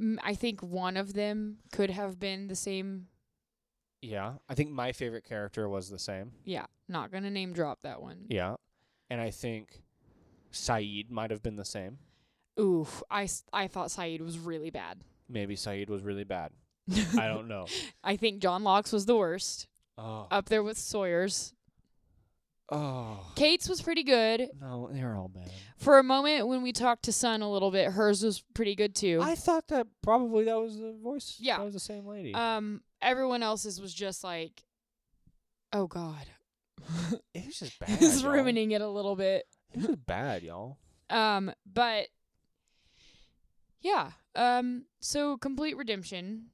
B: Mm, I think one of them could have been the same.
A: Yeah, I think my favorite character was the same.
B: Yeah, not gonna name drop that one.
A: Yeah, and I think Saeed might have been the same.
B: Oof, I, s- I thought Saeed was really bad.
A: Maybe Saeed was really bad. I don't know.
B: I think John Locks was the worst.
A: Oh,
B: Up there with Sawyer's.
A: oh
B: Kate's was pretty good.
A: no, they're all bad.
B: For a moment, when we talked to Sun a little bit, hers was pretty good too.
A: I thought that probably that was the voice.
B: Yeah.
A: that was the same lady.
B: um, everyone else's was just like, oh god,
A: it was just bad.
B: it's
A: y'all.
B: ruining it a little bit.
A: It was bad, y'all.
B: Um, but yeah. Um, so complete redemption.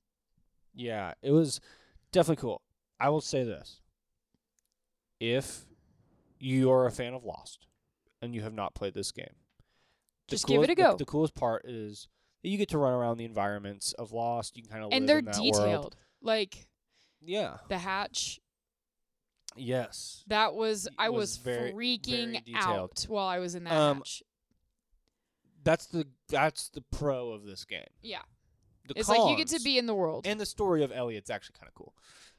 A: Yeah, it was definitely cool. I will say this: if you are a fan of Lost and you have not played this game, the
B: Just give it a
A: coolest- the-
B: go.
A: The, coolest part is that you get to run around the environments of Lost. You can kind of
B: and
A: live
B: they're
A: in that
B: detailed.
A: world.
B: Like
A: Yeah.
B: the hatch.
A: Yes.
B: That was
A: It
B: I
A: was
B: was,
A: very- very
B: freaking
A: detailed.
B: out while I was in that
A: Um,
B: hatch.
A: That's the that's the pro of this game.
B: Yeah.
A: The
B: It's like you get to
A: cons-
B: be in the world.
A: and the story of Elliot's actually kind of cool.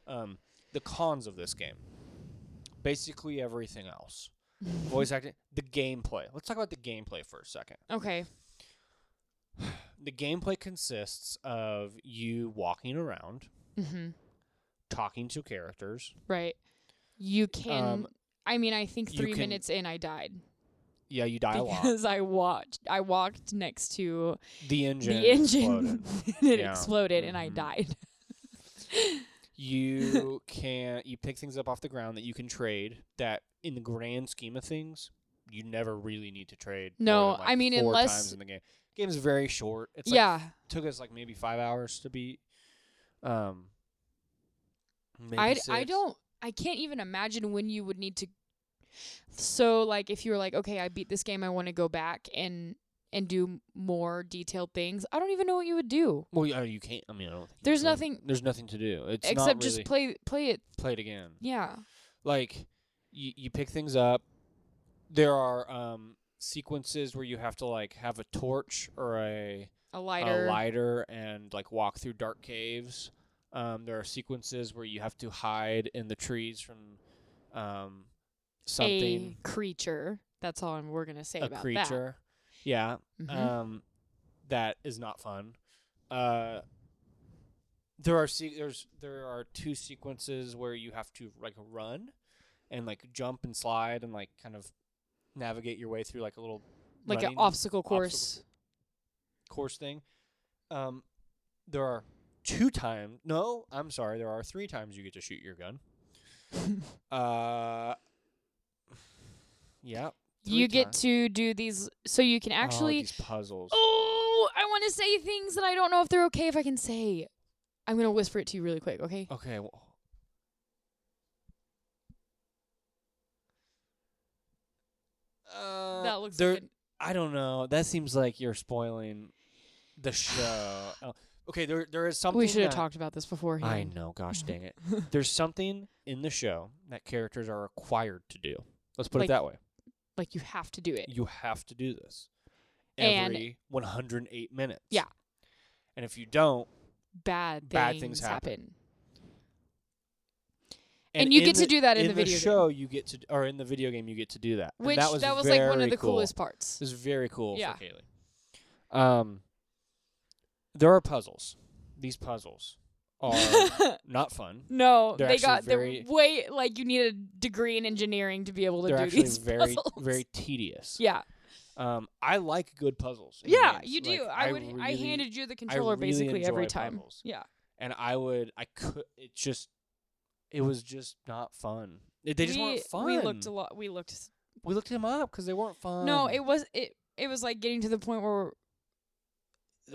A: Um, the cons of this game, basically everything else, voice acting, the gameplay. Let's talk about the gameplay for a second.
B: okay.
A: The gameplay consists of you walking around,
B: hmm
A: talking to characters.
B: Right. You can I mean I think
A: Um, you
B: 3
A: can-
B: minutes in I died
A: Yeah, you die a lot.
B: because I watched I walked next to
A: The engine.
B: the engine
A: exploded.
B: and it
A: Yeah.
B: exploded and I
A: Mhm.
B: died.
A: You can you pick things up off the ground that you can trade. That in the grand scheme of things, you never really need to trade. more
B: No,
A: than, like,
B: I mean,
A: four
B: unless-
A: times in the game. Game's very short. It's like
B: yeah.
A: took us like maybe five hours to beat. Um, maybe
B: I
A: six.
B: I don't I can't even imagine when you would need to so like if you were like okay I beat this game I want to go back and and do more detailed things I don't even know what you would do
A: Well, yeah, you can't. I mean, I don't. Think you
B: There's
A: can.
B: nothing-
A: There's nothing to do. It's not
B: except just
A: really-
B: play play it
A: play it again.
B: yeah
A: Like you, you pick things up. There are um sequences where you have to like have a torch or a
B: a lighter
A: a lighter and like walk through dark caves. Um, there are sequences where you have to hide in the trees from um something,
B: a creature that's all I'm, we're gonna say
A: a
B: about
A: creature. Yeah.
B: that Mhm.
A: um, that is not fun. Uh, there are se- there's there are two sequences where you have to like run and like jump and slide and like kind of navigate your way through like a little
B: like an
A: running
B: obstacle course
A: course thing. Um, there are two times. No, I'm sorry. There are three times you get to shoot your gun. uh, yeah. three
B: you get
A: times.
B: to do these so you can
A: Oh,
B: actually
A: these puzzles.
B: oh I want to say things that I don't know if they're okay if I can say I'm gonna whisper it to you really quick okay
A: Okay. Well, uh,
B: that looks
A: there-
B: good.
A: I don't know. That seems like you're spoiling the show. Oh, okay, there there is something.
B: We should have
A: that-
B: talked about this beforehand.
A: I know. Gosh dang it. There's something in the show that characters are required to do. Let's put
B: Like-
A: it that way.
B: Like you have to do it.
A: You have to do this
B: And-
A: every 108 minutes.
B: Yeah.
A: And if you don't,
B: Bad things,
A: Bad things happen.
B: happen. And you
A: in
B: get to
A: the-
B: do that in the video game.
A: show. You get to, d- or in the video game, you get to do that. And
B: Which
A: that was
B: like one of
A: very
B: the
A: cool.
B: coolest parts.
A: This is very cool
B: Yeah.
A: for Kaylee. Um, there are puzzles. These puzzles are not fun.
B: no,
A: They're
B: they
A: actually
B: got
A: very-
B: they're way like you need a degree in engineering to be able to
A: They're
B: do
A: actually
B: these
A: very,
B: puzzles.
A: very tedious.
B: yeah,
A: Um, I like good puzzles. in
B: yeah,
A: games.
B: you do.
A: Like,
B: I, would. I
A: really-
B: handed you the controller
A: really
B: basically every
A: enjoy
B: time.
A: puzzles.
B: Yeah,
A: and I would. I could. It just. It was just not fun. They they just
B: we,
A: weren't fun.
B: We looked a lot. We looked. s-
A: We looked them up because they weren't fun.
B: no, it was it. It was like getting to the point where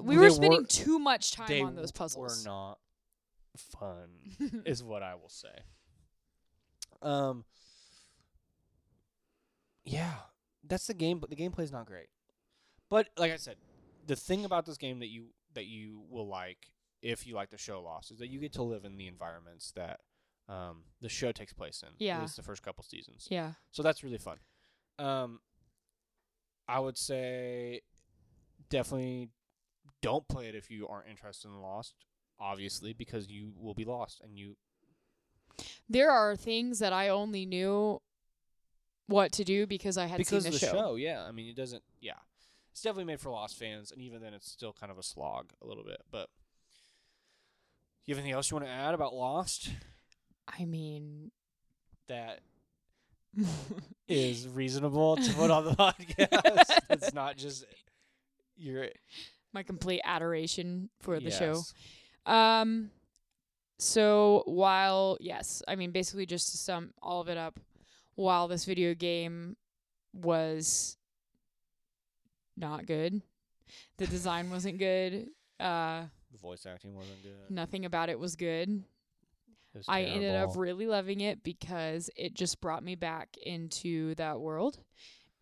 B: we
A: They
B: were spending
A: weren't-
B: too much time
A: they
B: on those
A: were
B: puzzles.
A: not fun is what I will say. Um Yeah, that's the game, but the gameplay is not great. But like I said, the thing about this game that you that you will like if you like the show Lost is that you get to live in the environments that um, the show takes place in.
B: Yeah.
A: At least the first couple seasons.
B: yeah.
A: So that's really fun. Um, I would say definitely don't play it if you aren't interested in Lost, obviously, because you will be lost and you.
B: There are things that I only knew what to do because I had
A: because
B: seen
A: of
B: the,
A: the yeah. I mean, it doesn't. Yeah. It's definitely made for Lost fans, and even then, it's still kind of a slog a little bit. But you have anything else you want to add about Lost
B: I mean,
A: that is reasonable to put on the podcast? It's not just your
B: my complete adoration for the show.
A: Yes.
B: Um so while yes, I mean basically just to sum all of it up, while this video game was not good, the design wasn't good, uh
A: The voice acting wasn't good.
B: nothing about it was good.
A: It was
B: I ended up
A: terrible.
B: really loving it because it just brought me back into that world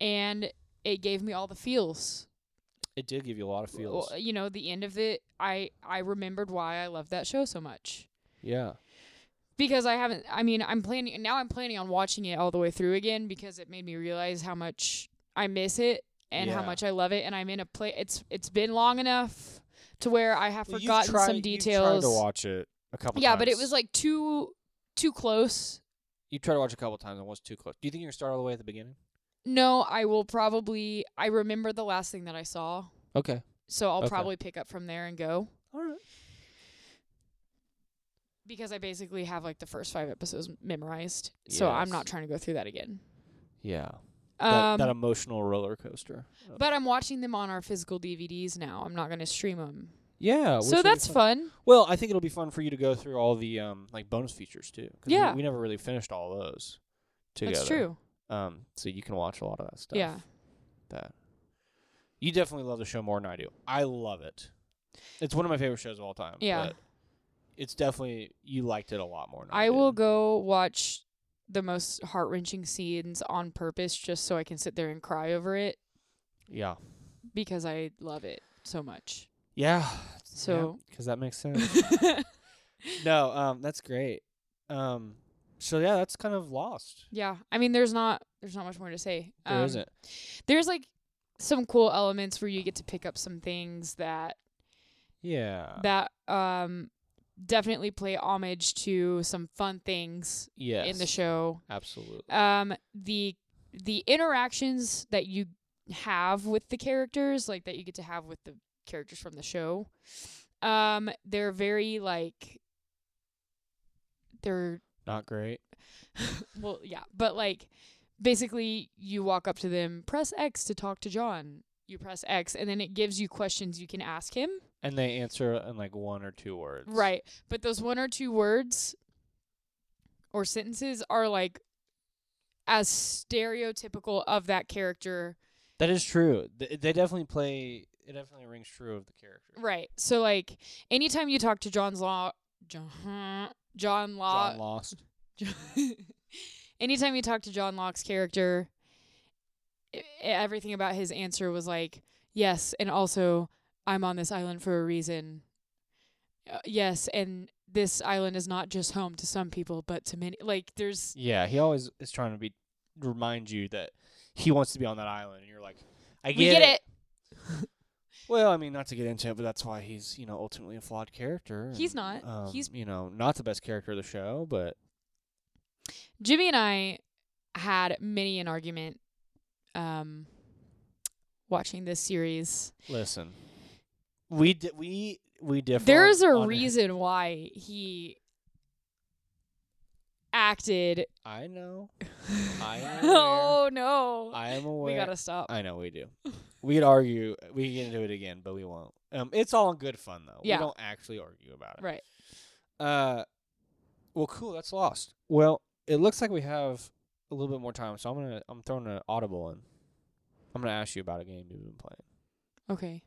B: and it gave me all the feels.
A: It did give you a lot of feels.
B: Well, you know, the end of it, I I remembered why I loved that show so much.
A: yeah.
B: because I haven't. I mean, I'm planning now. I'm planning on watching it all the way through again because it made me realize how much I miss it and how
A: Yeah.
B: much I love it. And I'm in a play. It's it's been long enough to where I have forgotten some details.
A: You tried to watch it a couple
B: yeah,
A: times.
B: but it was like too too close.
A: You tried to watch it a couple times and was too close. Do you think you're going to start all the way at the beginning?
B: No, I will probably. I remember the last thing that I saw,
A: Okay.
B: so I'll
A: Okay.
B: probably pick up from there and go
A: All right.
B: because I basically have like the first five episodes memorized. So I'm
A: Yes.
B: not trying to go through that again.
A: Yeah.
B: um,
A: that, that emotional roller coaster.
B: But I'm watching them on our physical DVDs now. I'm not going to stream them.
A: Yeah. which
B: so
A: will be
B: that's fun.
A: Well, I think it'll be fun for you to go through all the um like bonus features too. 'cause we-
B: Yeah.
A: We, never really finished all those together.
B: That's true.
A: Um, so you can watch a lot of that stuff.
B: Yeah.
A: That. You definitely love the show more than I do. I love it. It's one of my favorite shows of all time.
B: Yeah.
A: but it's definitely you liked it a lot more. Than I,
B: I will
A: did.
B: go watch the most heart wrenching scenes on purpose just so I can sit there and cry over it
A: Yeah.
B: because I love it so much.
A: Yeah.
B: So-
A: because that makes sense. no. Um. That's great. Um. So yeah, that's kind of lost.
B: yeah. I mean, there's not there's not much more to say.
A: There
B: Um,
A: not
B: There's like some cool elements where you get to pick up some things that
A: Yeah.
B: that um definitely play homage to some fun things
A: yes.
B: in the show
A: Absolutely.
B: um the the interactions that you have with the characters like that you get to have with the characters from the show um they're very like they're
A: Not great.
B: well yeah but like basically you walk up to them press x to talk to john you press x and then it gives you questions you can ask him
A: And they answer in like one or two words.
B: right but those one or two words or sentences are like as stereotypical of that character
A: That is true. Th- they definitely play. It definitely rings true of the character.
B: Right. So like anytime you talk to John's Law John John
A: John
B: Law
A: lost.
B: anytime you talk to John Locke's character e- everything about his answer was like yes and also I'm on this island for a reason. Uh, yes and this island is not just home to some people but to many like there's
A: Yeah, he always is trying to be remind you that he wants to be on that island, and you're like, I get,
B: we get it.
A: Well, I mean, not to get into it, but that's why he's you know ultimately a flawed character.
B: He's
A: and,
B: not.
A: um,
B: He's-
A: you know not the best character of the show, but
B: Jimmy and I had many an argument um watching this series.
A: listen, we di- we we differ.
B: There's a
A: on-
B: reason why he acted.
A: I know. I am aware.
B: oh no,
A: I am
B: we
A: aware.
B: gotta stop.
A: I know we do. We could argue. We can get into it again, but we won't. Um, it's all in good fun though.
B: Yeah.
A: We don't actually argue about it.
B: right.
A: Uh, well, cool. That's lost. Well, it looks like we have a little bit more time, so I'm gonna I'm throwing an audible in. I'm gonna ask you about a game you've been playing.
B: Okay.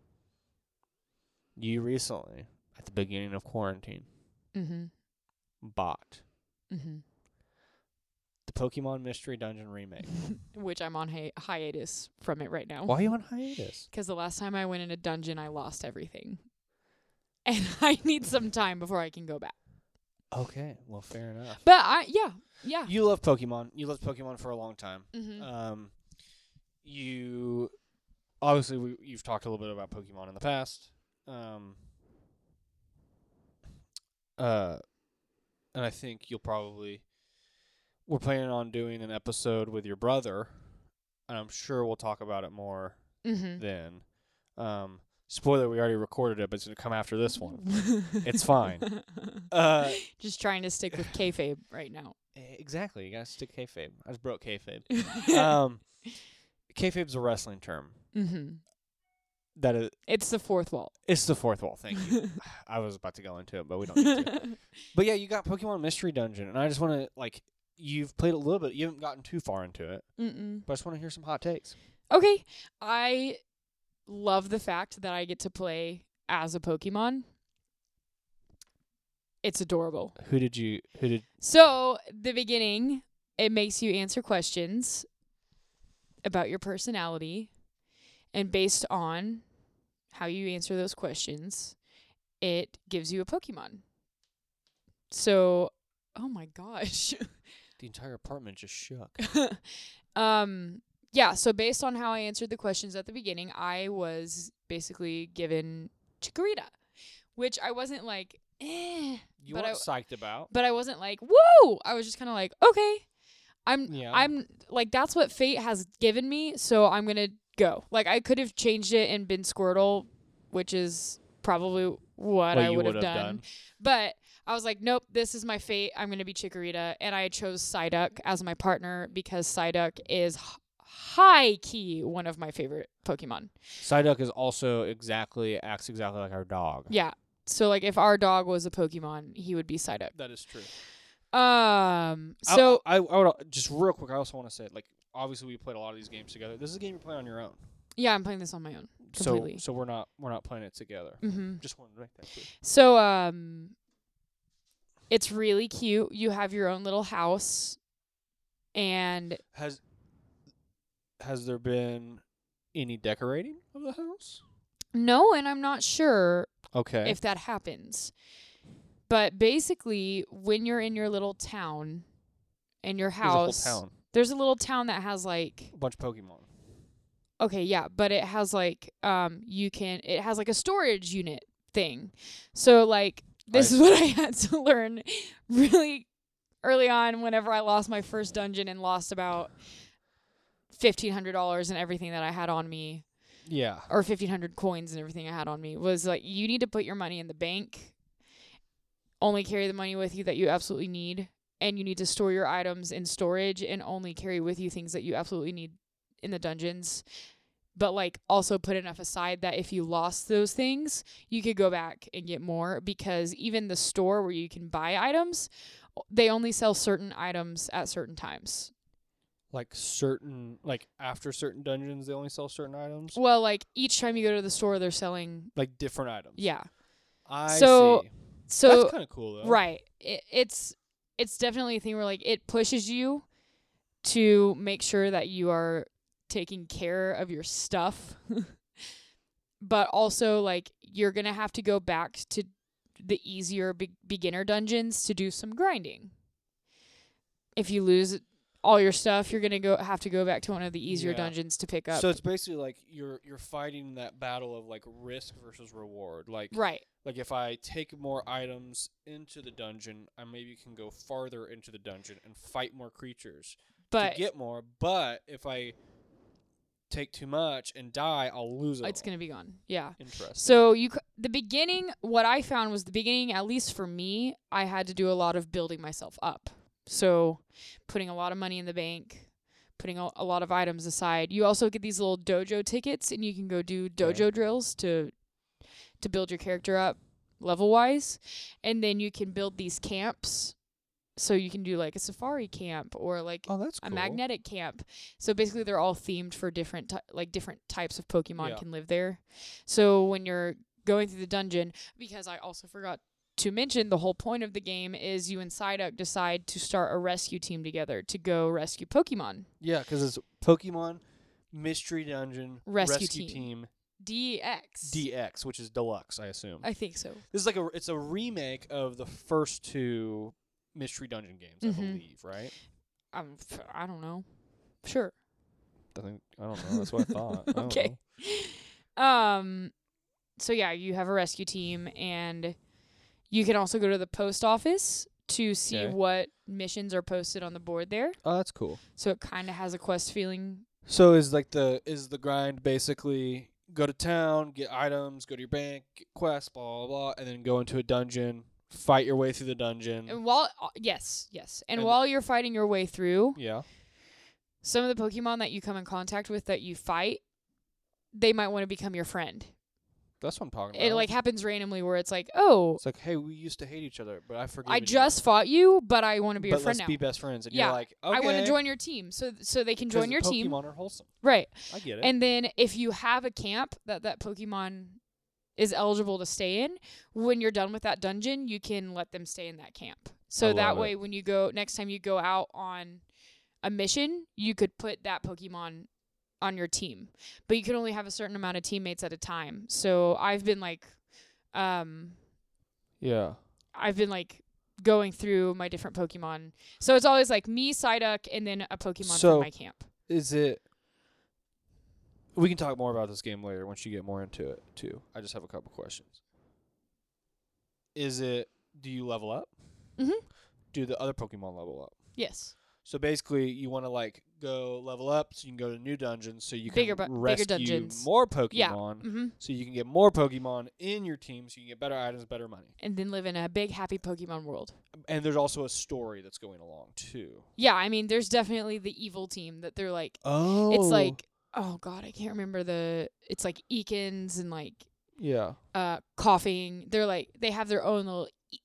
A: You recently, at the beginning of quarantine,
B: Mhm.
A: bought
B: Mm-hmm.
A: the Pokemon Mystery Dungeon remake.
B: Which I'm on hi- hiatus from it right now.
A: Why are you on hiatus?
B: Because the last time I went in a dungeon, I lost everything. And I need some time before I can go back.
A: Okay, well, fair enough.
B: But I, yeah, yeah.
A: You love Pokemon. You loved Pokemon for a long time.
B: Mm-hmm.
A: Um, you obviously we, you've talked a little bit about Pokemon in the past. Um, uh, and I think you'll probably we're planning on doing an episode with your brother, and I'm sure we'll talk about it more
B: mm-hmm.
A: then. Um, spoiler: we already recorded it, but it's gonna come after this one. It's fine. Uh,
B: Just trying to stick with kayfabe right now.
A: exactly. You gotta stick kayfabe. I just broke kayfabe. um, kayfabe's a wrestling term.
B: mm-hmm.
A: That is,
B: It's the fourth wall.
A: it's the fourth wall. Thank you. I was about to go into it, but we don't need to. but yeah, you got Pokemon Mystery Dungeon, and I just want to like you've played a little bit. You haven't gotten too far into it,
B: Mm-mm.
A: but I just want to hear some hot takes.
B: Okay. I love the fact that I get to play as a Pokemon. It's adorable.
A: Who did you? Who did?
B: So, the beginning, it makes you answer questions about your personality. And based on how you answer those questions, it gives you a Pokemon. So, oh my gosh.
A: The entire apartment just shook.
B: um yeah so based on how i answered the questions at the beginning i was basically given chikorita which i wasn't like eh,
A: You
B: But
A: weren't psyched about?
B: but i wasn't like whoa i was just kind of like okay i'm
A: Yeah.
B: i'm like that's what fate has given me so i'm gonna go like i could have changed it and been squirtle which is probably what i
A: you
B: would have
A: would've
B: done. but i was like nope this is my fate i'm gonna be chikorita and i chose psyduck as my partner because psyduck is h- high key one of my favorite pokemon
A: Psyduck is also exactly acts exactly like our dog.
B: yeah so like if our dog was a pokemon he would be psyduck
A: That is true.
B: um
A: I-
B: so
A: I, I would just real quick. I also want to say like obviously we played a lot of these games together. This is a game you play on your own.
B: yeah i'm playing this on my own Completely.
A: So so we're not we're not playing it together.
B: mm-hmm
A: Just wanted to make that clear.
B: So um it's really cute. You have your own little house and
A: Has has there been any decorating of the house?
B: no, and I'm not sure
A: Okay.
B: if that happens. But basically, when you're in your little town and your
A: There's
B: house,
A: a whole town,
B: there's a little town that has like
A: a bunch of Pokemon.
B: okay, yeah, but it has like um you can it has like a storage unit thing. So like this
A: I
B: is what I had to learn really early on whenever I lost my first dungeon and lost about fifteen hundred dollars and everything that I had on me
A: Yeah.
B: or fifteen hundred coins and everything I had on me was like you need to put your money in the bank. Only carry the money with you that you absolutely need, and you need to store your items in storage and only carry with you things that you absolutely need in the dungeons. But like also put enough aside that if you lost those things, you could go back and get more because even the store where you can buy items, they only sell certain items at certain times.
A: Like certain like after certain dungeons they only sell certain items.
B: Well, like each time you go to the store, they're selling
A: like different items.
B: yeah.
A: I
B: So-
A: see.
B: So
A: That's kind of cool though.
B: Right. It, it's it's definitely a thing where like it pushes you to make sure that you are taking care of your stuff. but also like you're going to have to go back to the easier be- beginner dungeons to do some grinding. If you lose all your stuff, you're going to go have to go back to one of the easier
A: Yeah.
B: dungeons to pick up.
A: So it's basically like you're you're fighting that battle of like risk versus reward. Like
B: right.
A: like if I take more items into the dungeon, I maybe can go farther into the dungeon and fight more creatures.
B: But
A: to get more. But if I take too much and die, I'll lose it.
B: it's
A: all.
B: going to be gone. Yeah.
A: interesting.
B: So you c- the beginning what I found was the beginning at least for me I had to do a lot of building myself up. So putting a lot of money in the bank, putting a, a lot of items aside. You also get these little dojo tickets and you can go do dojo drills to to build your character up level wise and then you can build these camps. So you can do like a safari camp or like
A: oh, that's
B: a magnetic camp. So basically, they're all themed for different ty- like different types of Pokemon
A: Yeah.
B: can live there. So when you're going through the dungeon, because I also forgot to mention, the whole point of the game is you and Psyduck decide to start a rescue team together to go rescue Pokemon.
A: Yeah, because it's Pokemon Mystery Dungeon
B: Rescue
A: team.
B: Team. DX.
A: DX, which is deluxe, I assume.
B: I think so.
A: this is like a it's a remake of the first two Mystery Dungeon games,
B: Mhm.
A: I believe, right?
B: I'm, I don't know. Sure.
A: I think I don't know. That's what I thought. I don't
B: Okay.
A: know.
B: Um so yeah, you have a rescue team and you can also go to the post office to see
A: Okay.
B: what missions are posted on the board there.
A: Oh, that's cool.
B: So it kind of has a quest feeling.
A: So is like the is the grind basically go to town, get items, go to your bank, get quests, blah blah blah, and then go into a dungeon, fight your way through the dungeon.
B: And while uh, yes, yes. And,
A: Mm. And-
B: while you're fighting your way through,
A: yeah.
B: some of the Pokemon that you come in contact with that you fight, they might want to become your friend.
A: That's what I'm talking about.
B: It like happens randomly where it's like, "Oh,
A: it's like, hey, we used to hate each other, but I forgive
B: I just fought you, but I want to be
A: but
B: your
A: let's
B: friend now.
A: be best friends. And
B: Yeah.
A: you're like, okay,
B: I want to join your team." So so they can
A: 'cause
B: join
A: the
B: your
A: Pokemon
B: team.
A: are wholesome.
B: Right.
A: I get it.
B: And then if you have a camp that that Pokemon is eligible to stay in, when you're done with that dungeon, you can let them stay in that camp.
A: I
B: So
A: love
B: that
A: it.
B: way, when you go next time you go out on a mission, you could put that Pokemon on your team, but you can only have a certain amount of teammates at a time. So I've been like, um,
A: yeah.
B: I've been like going through my different Pokemon. So it's always like me, Psyduck, and then a Pokemon
A: So-
B: from my camp.
A: Is it? We can talk more about this game later once you get more into it too. I just have a couple questions. Is it? Do you level up?
B: Mhm.
A: Do the other Pokemon level up?
B: Yes.
A: So basically, you want to like go level up so you can go to new dungeons so you
B: Bigger
A: can
B: bu- bigger
A: rescue
B: dungeons.
A: more
B: Yeah.
A: Pokemon
B: Mm-hmm.
A: so you can get more Pokemon in your team so you can get better items, better money.
B: and then live in a big happy Pokemon world.
A: And there's also a story that's going along too.
B: Yeah, I mean, there's definitely the evil team that they're like.
A: Oh,
B: It's like, oh god, I can't remember the. It's like Eakins and like
A: yeah,
B: uh coughing. They're like they have their own little e-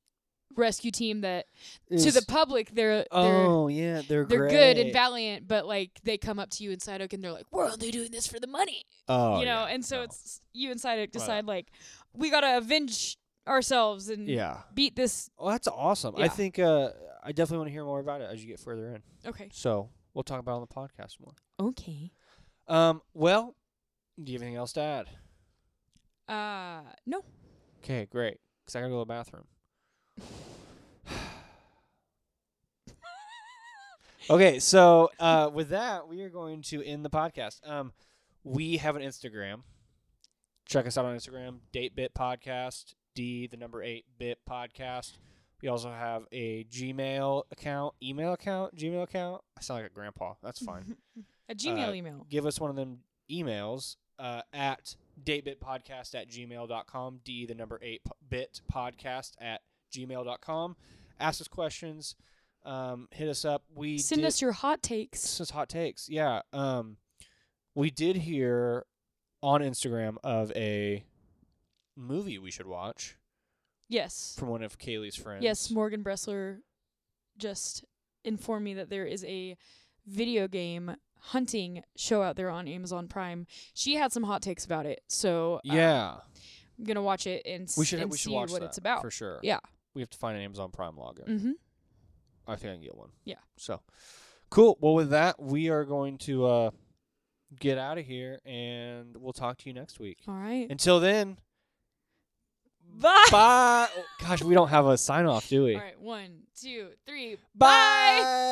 B: rescue team that to the public they're
A: yeah, Oh, they're
B: they're they're good and valiant, but like they come up to you and Psyduck and they're like, we're only doing this for the money,
A: Oh,
B: you know.
A: yeah,
B: and so
A: no.
B: it's you and Psyduck decide like we gotta avenge ourselves and
A: yeah.
B: beat this.
A: Oh, that's awesome. I
B: Yeah.
A: think uh, I definitely want to hear more about it as you get further in.
B: Okay.
A: So we'll talk about it on the podcast more.
B: Okay.
A: Um, well, do you have anything else to add?
B: Uh, no.
A: Okay, great. Cause I gotta go to the bathroom. Okay, so uh, with that, we are going to end the podcast. Um, we have an Instagram. Check us out on Instagram, DateBit Podcast, D the number eight bit podcast. We also have a Gmail account, email account, Gmail account. I sound like a grandpa. That's fine.
B: A Gmail
A: Uh,
B: email.
A: give us one of them emails uh, at datebitpodcast at gmail.com d E the number 8 po- bit podcast at gmail.com ask us questions um, hit us up we
B: Send
A: did-
B: us your hot takes.
A: this is hot takes yeah um, we did hear on instagram of a movie we should watch
B: Yes.
A: from one of kaylee's friends
B: Yes, Morgan Bressler just informed me that there is a video game hunting show out there on Amazon Prime. She had some hot takes about it, so uh,
A: yeah
B: I'm gonna watch it and, s-
A: we should
B: and
A: we should
B: see
A: watch
B: what
A: that
B: it's about.
A: for sure
B: Yeah.
A: we have to find an amazon prime login
B: Mm-hmm.
A: I think I can get one.
B: Yeah.
A: So cool. Well, with that, we are going to uh, get out of here and we'll talk to you next week.
B: All right.
A: Until then,
B: Bye.
A: bye. Gosh, we don't have a sign off, do we?
B: All right. One, two, three.
A: Bye.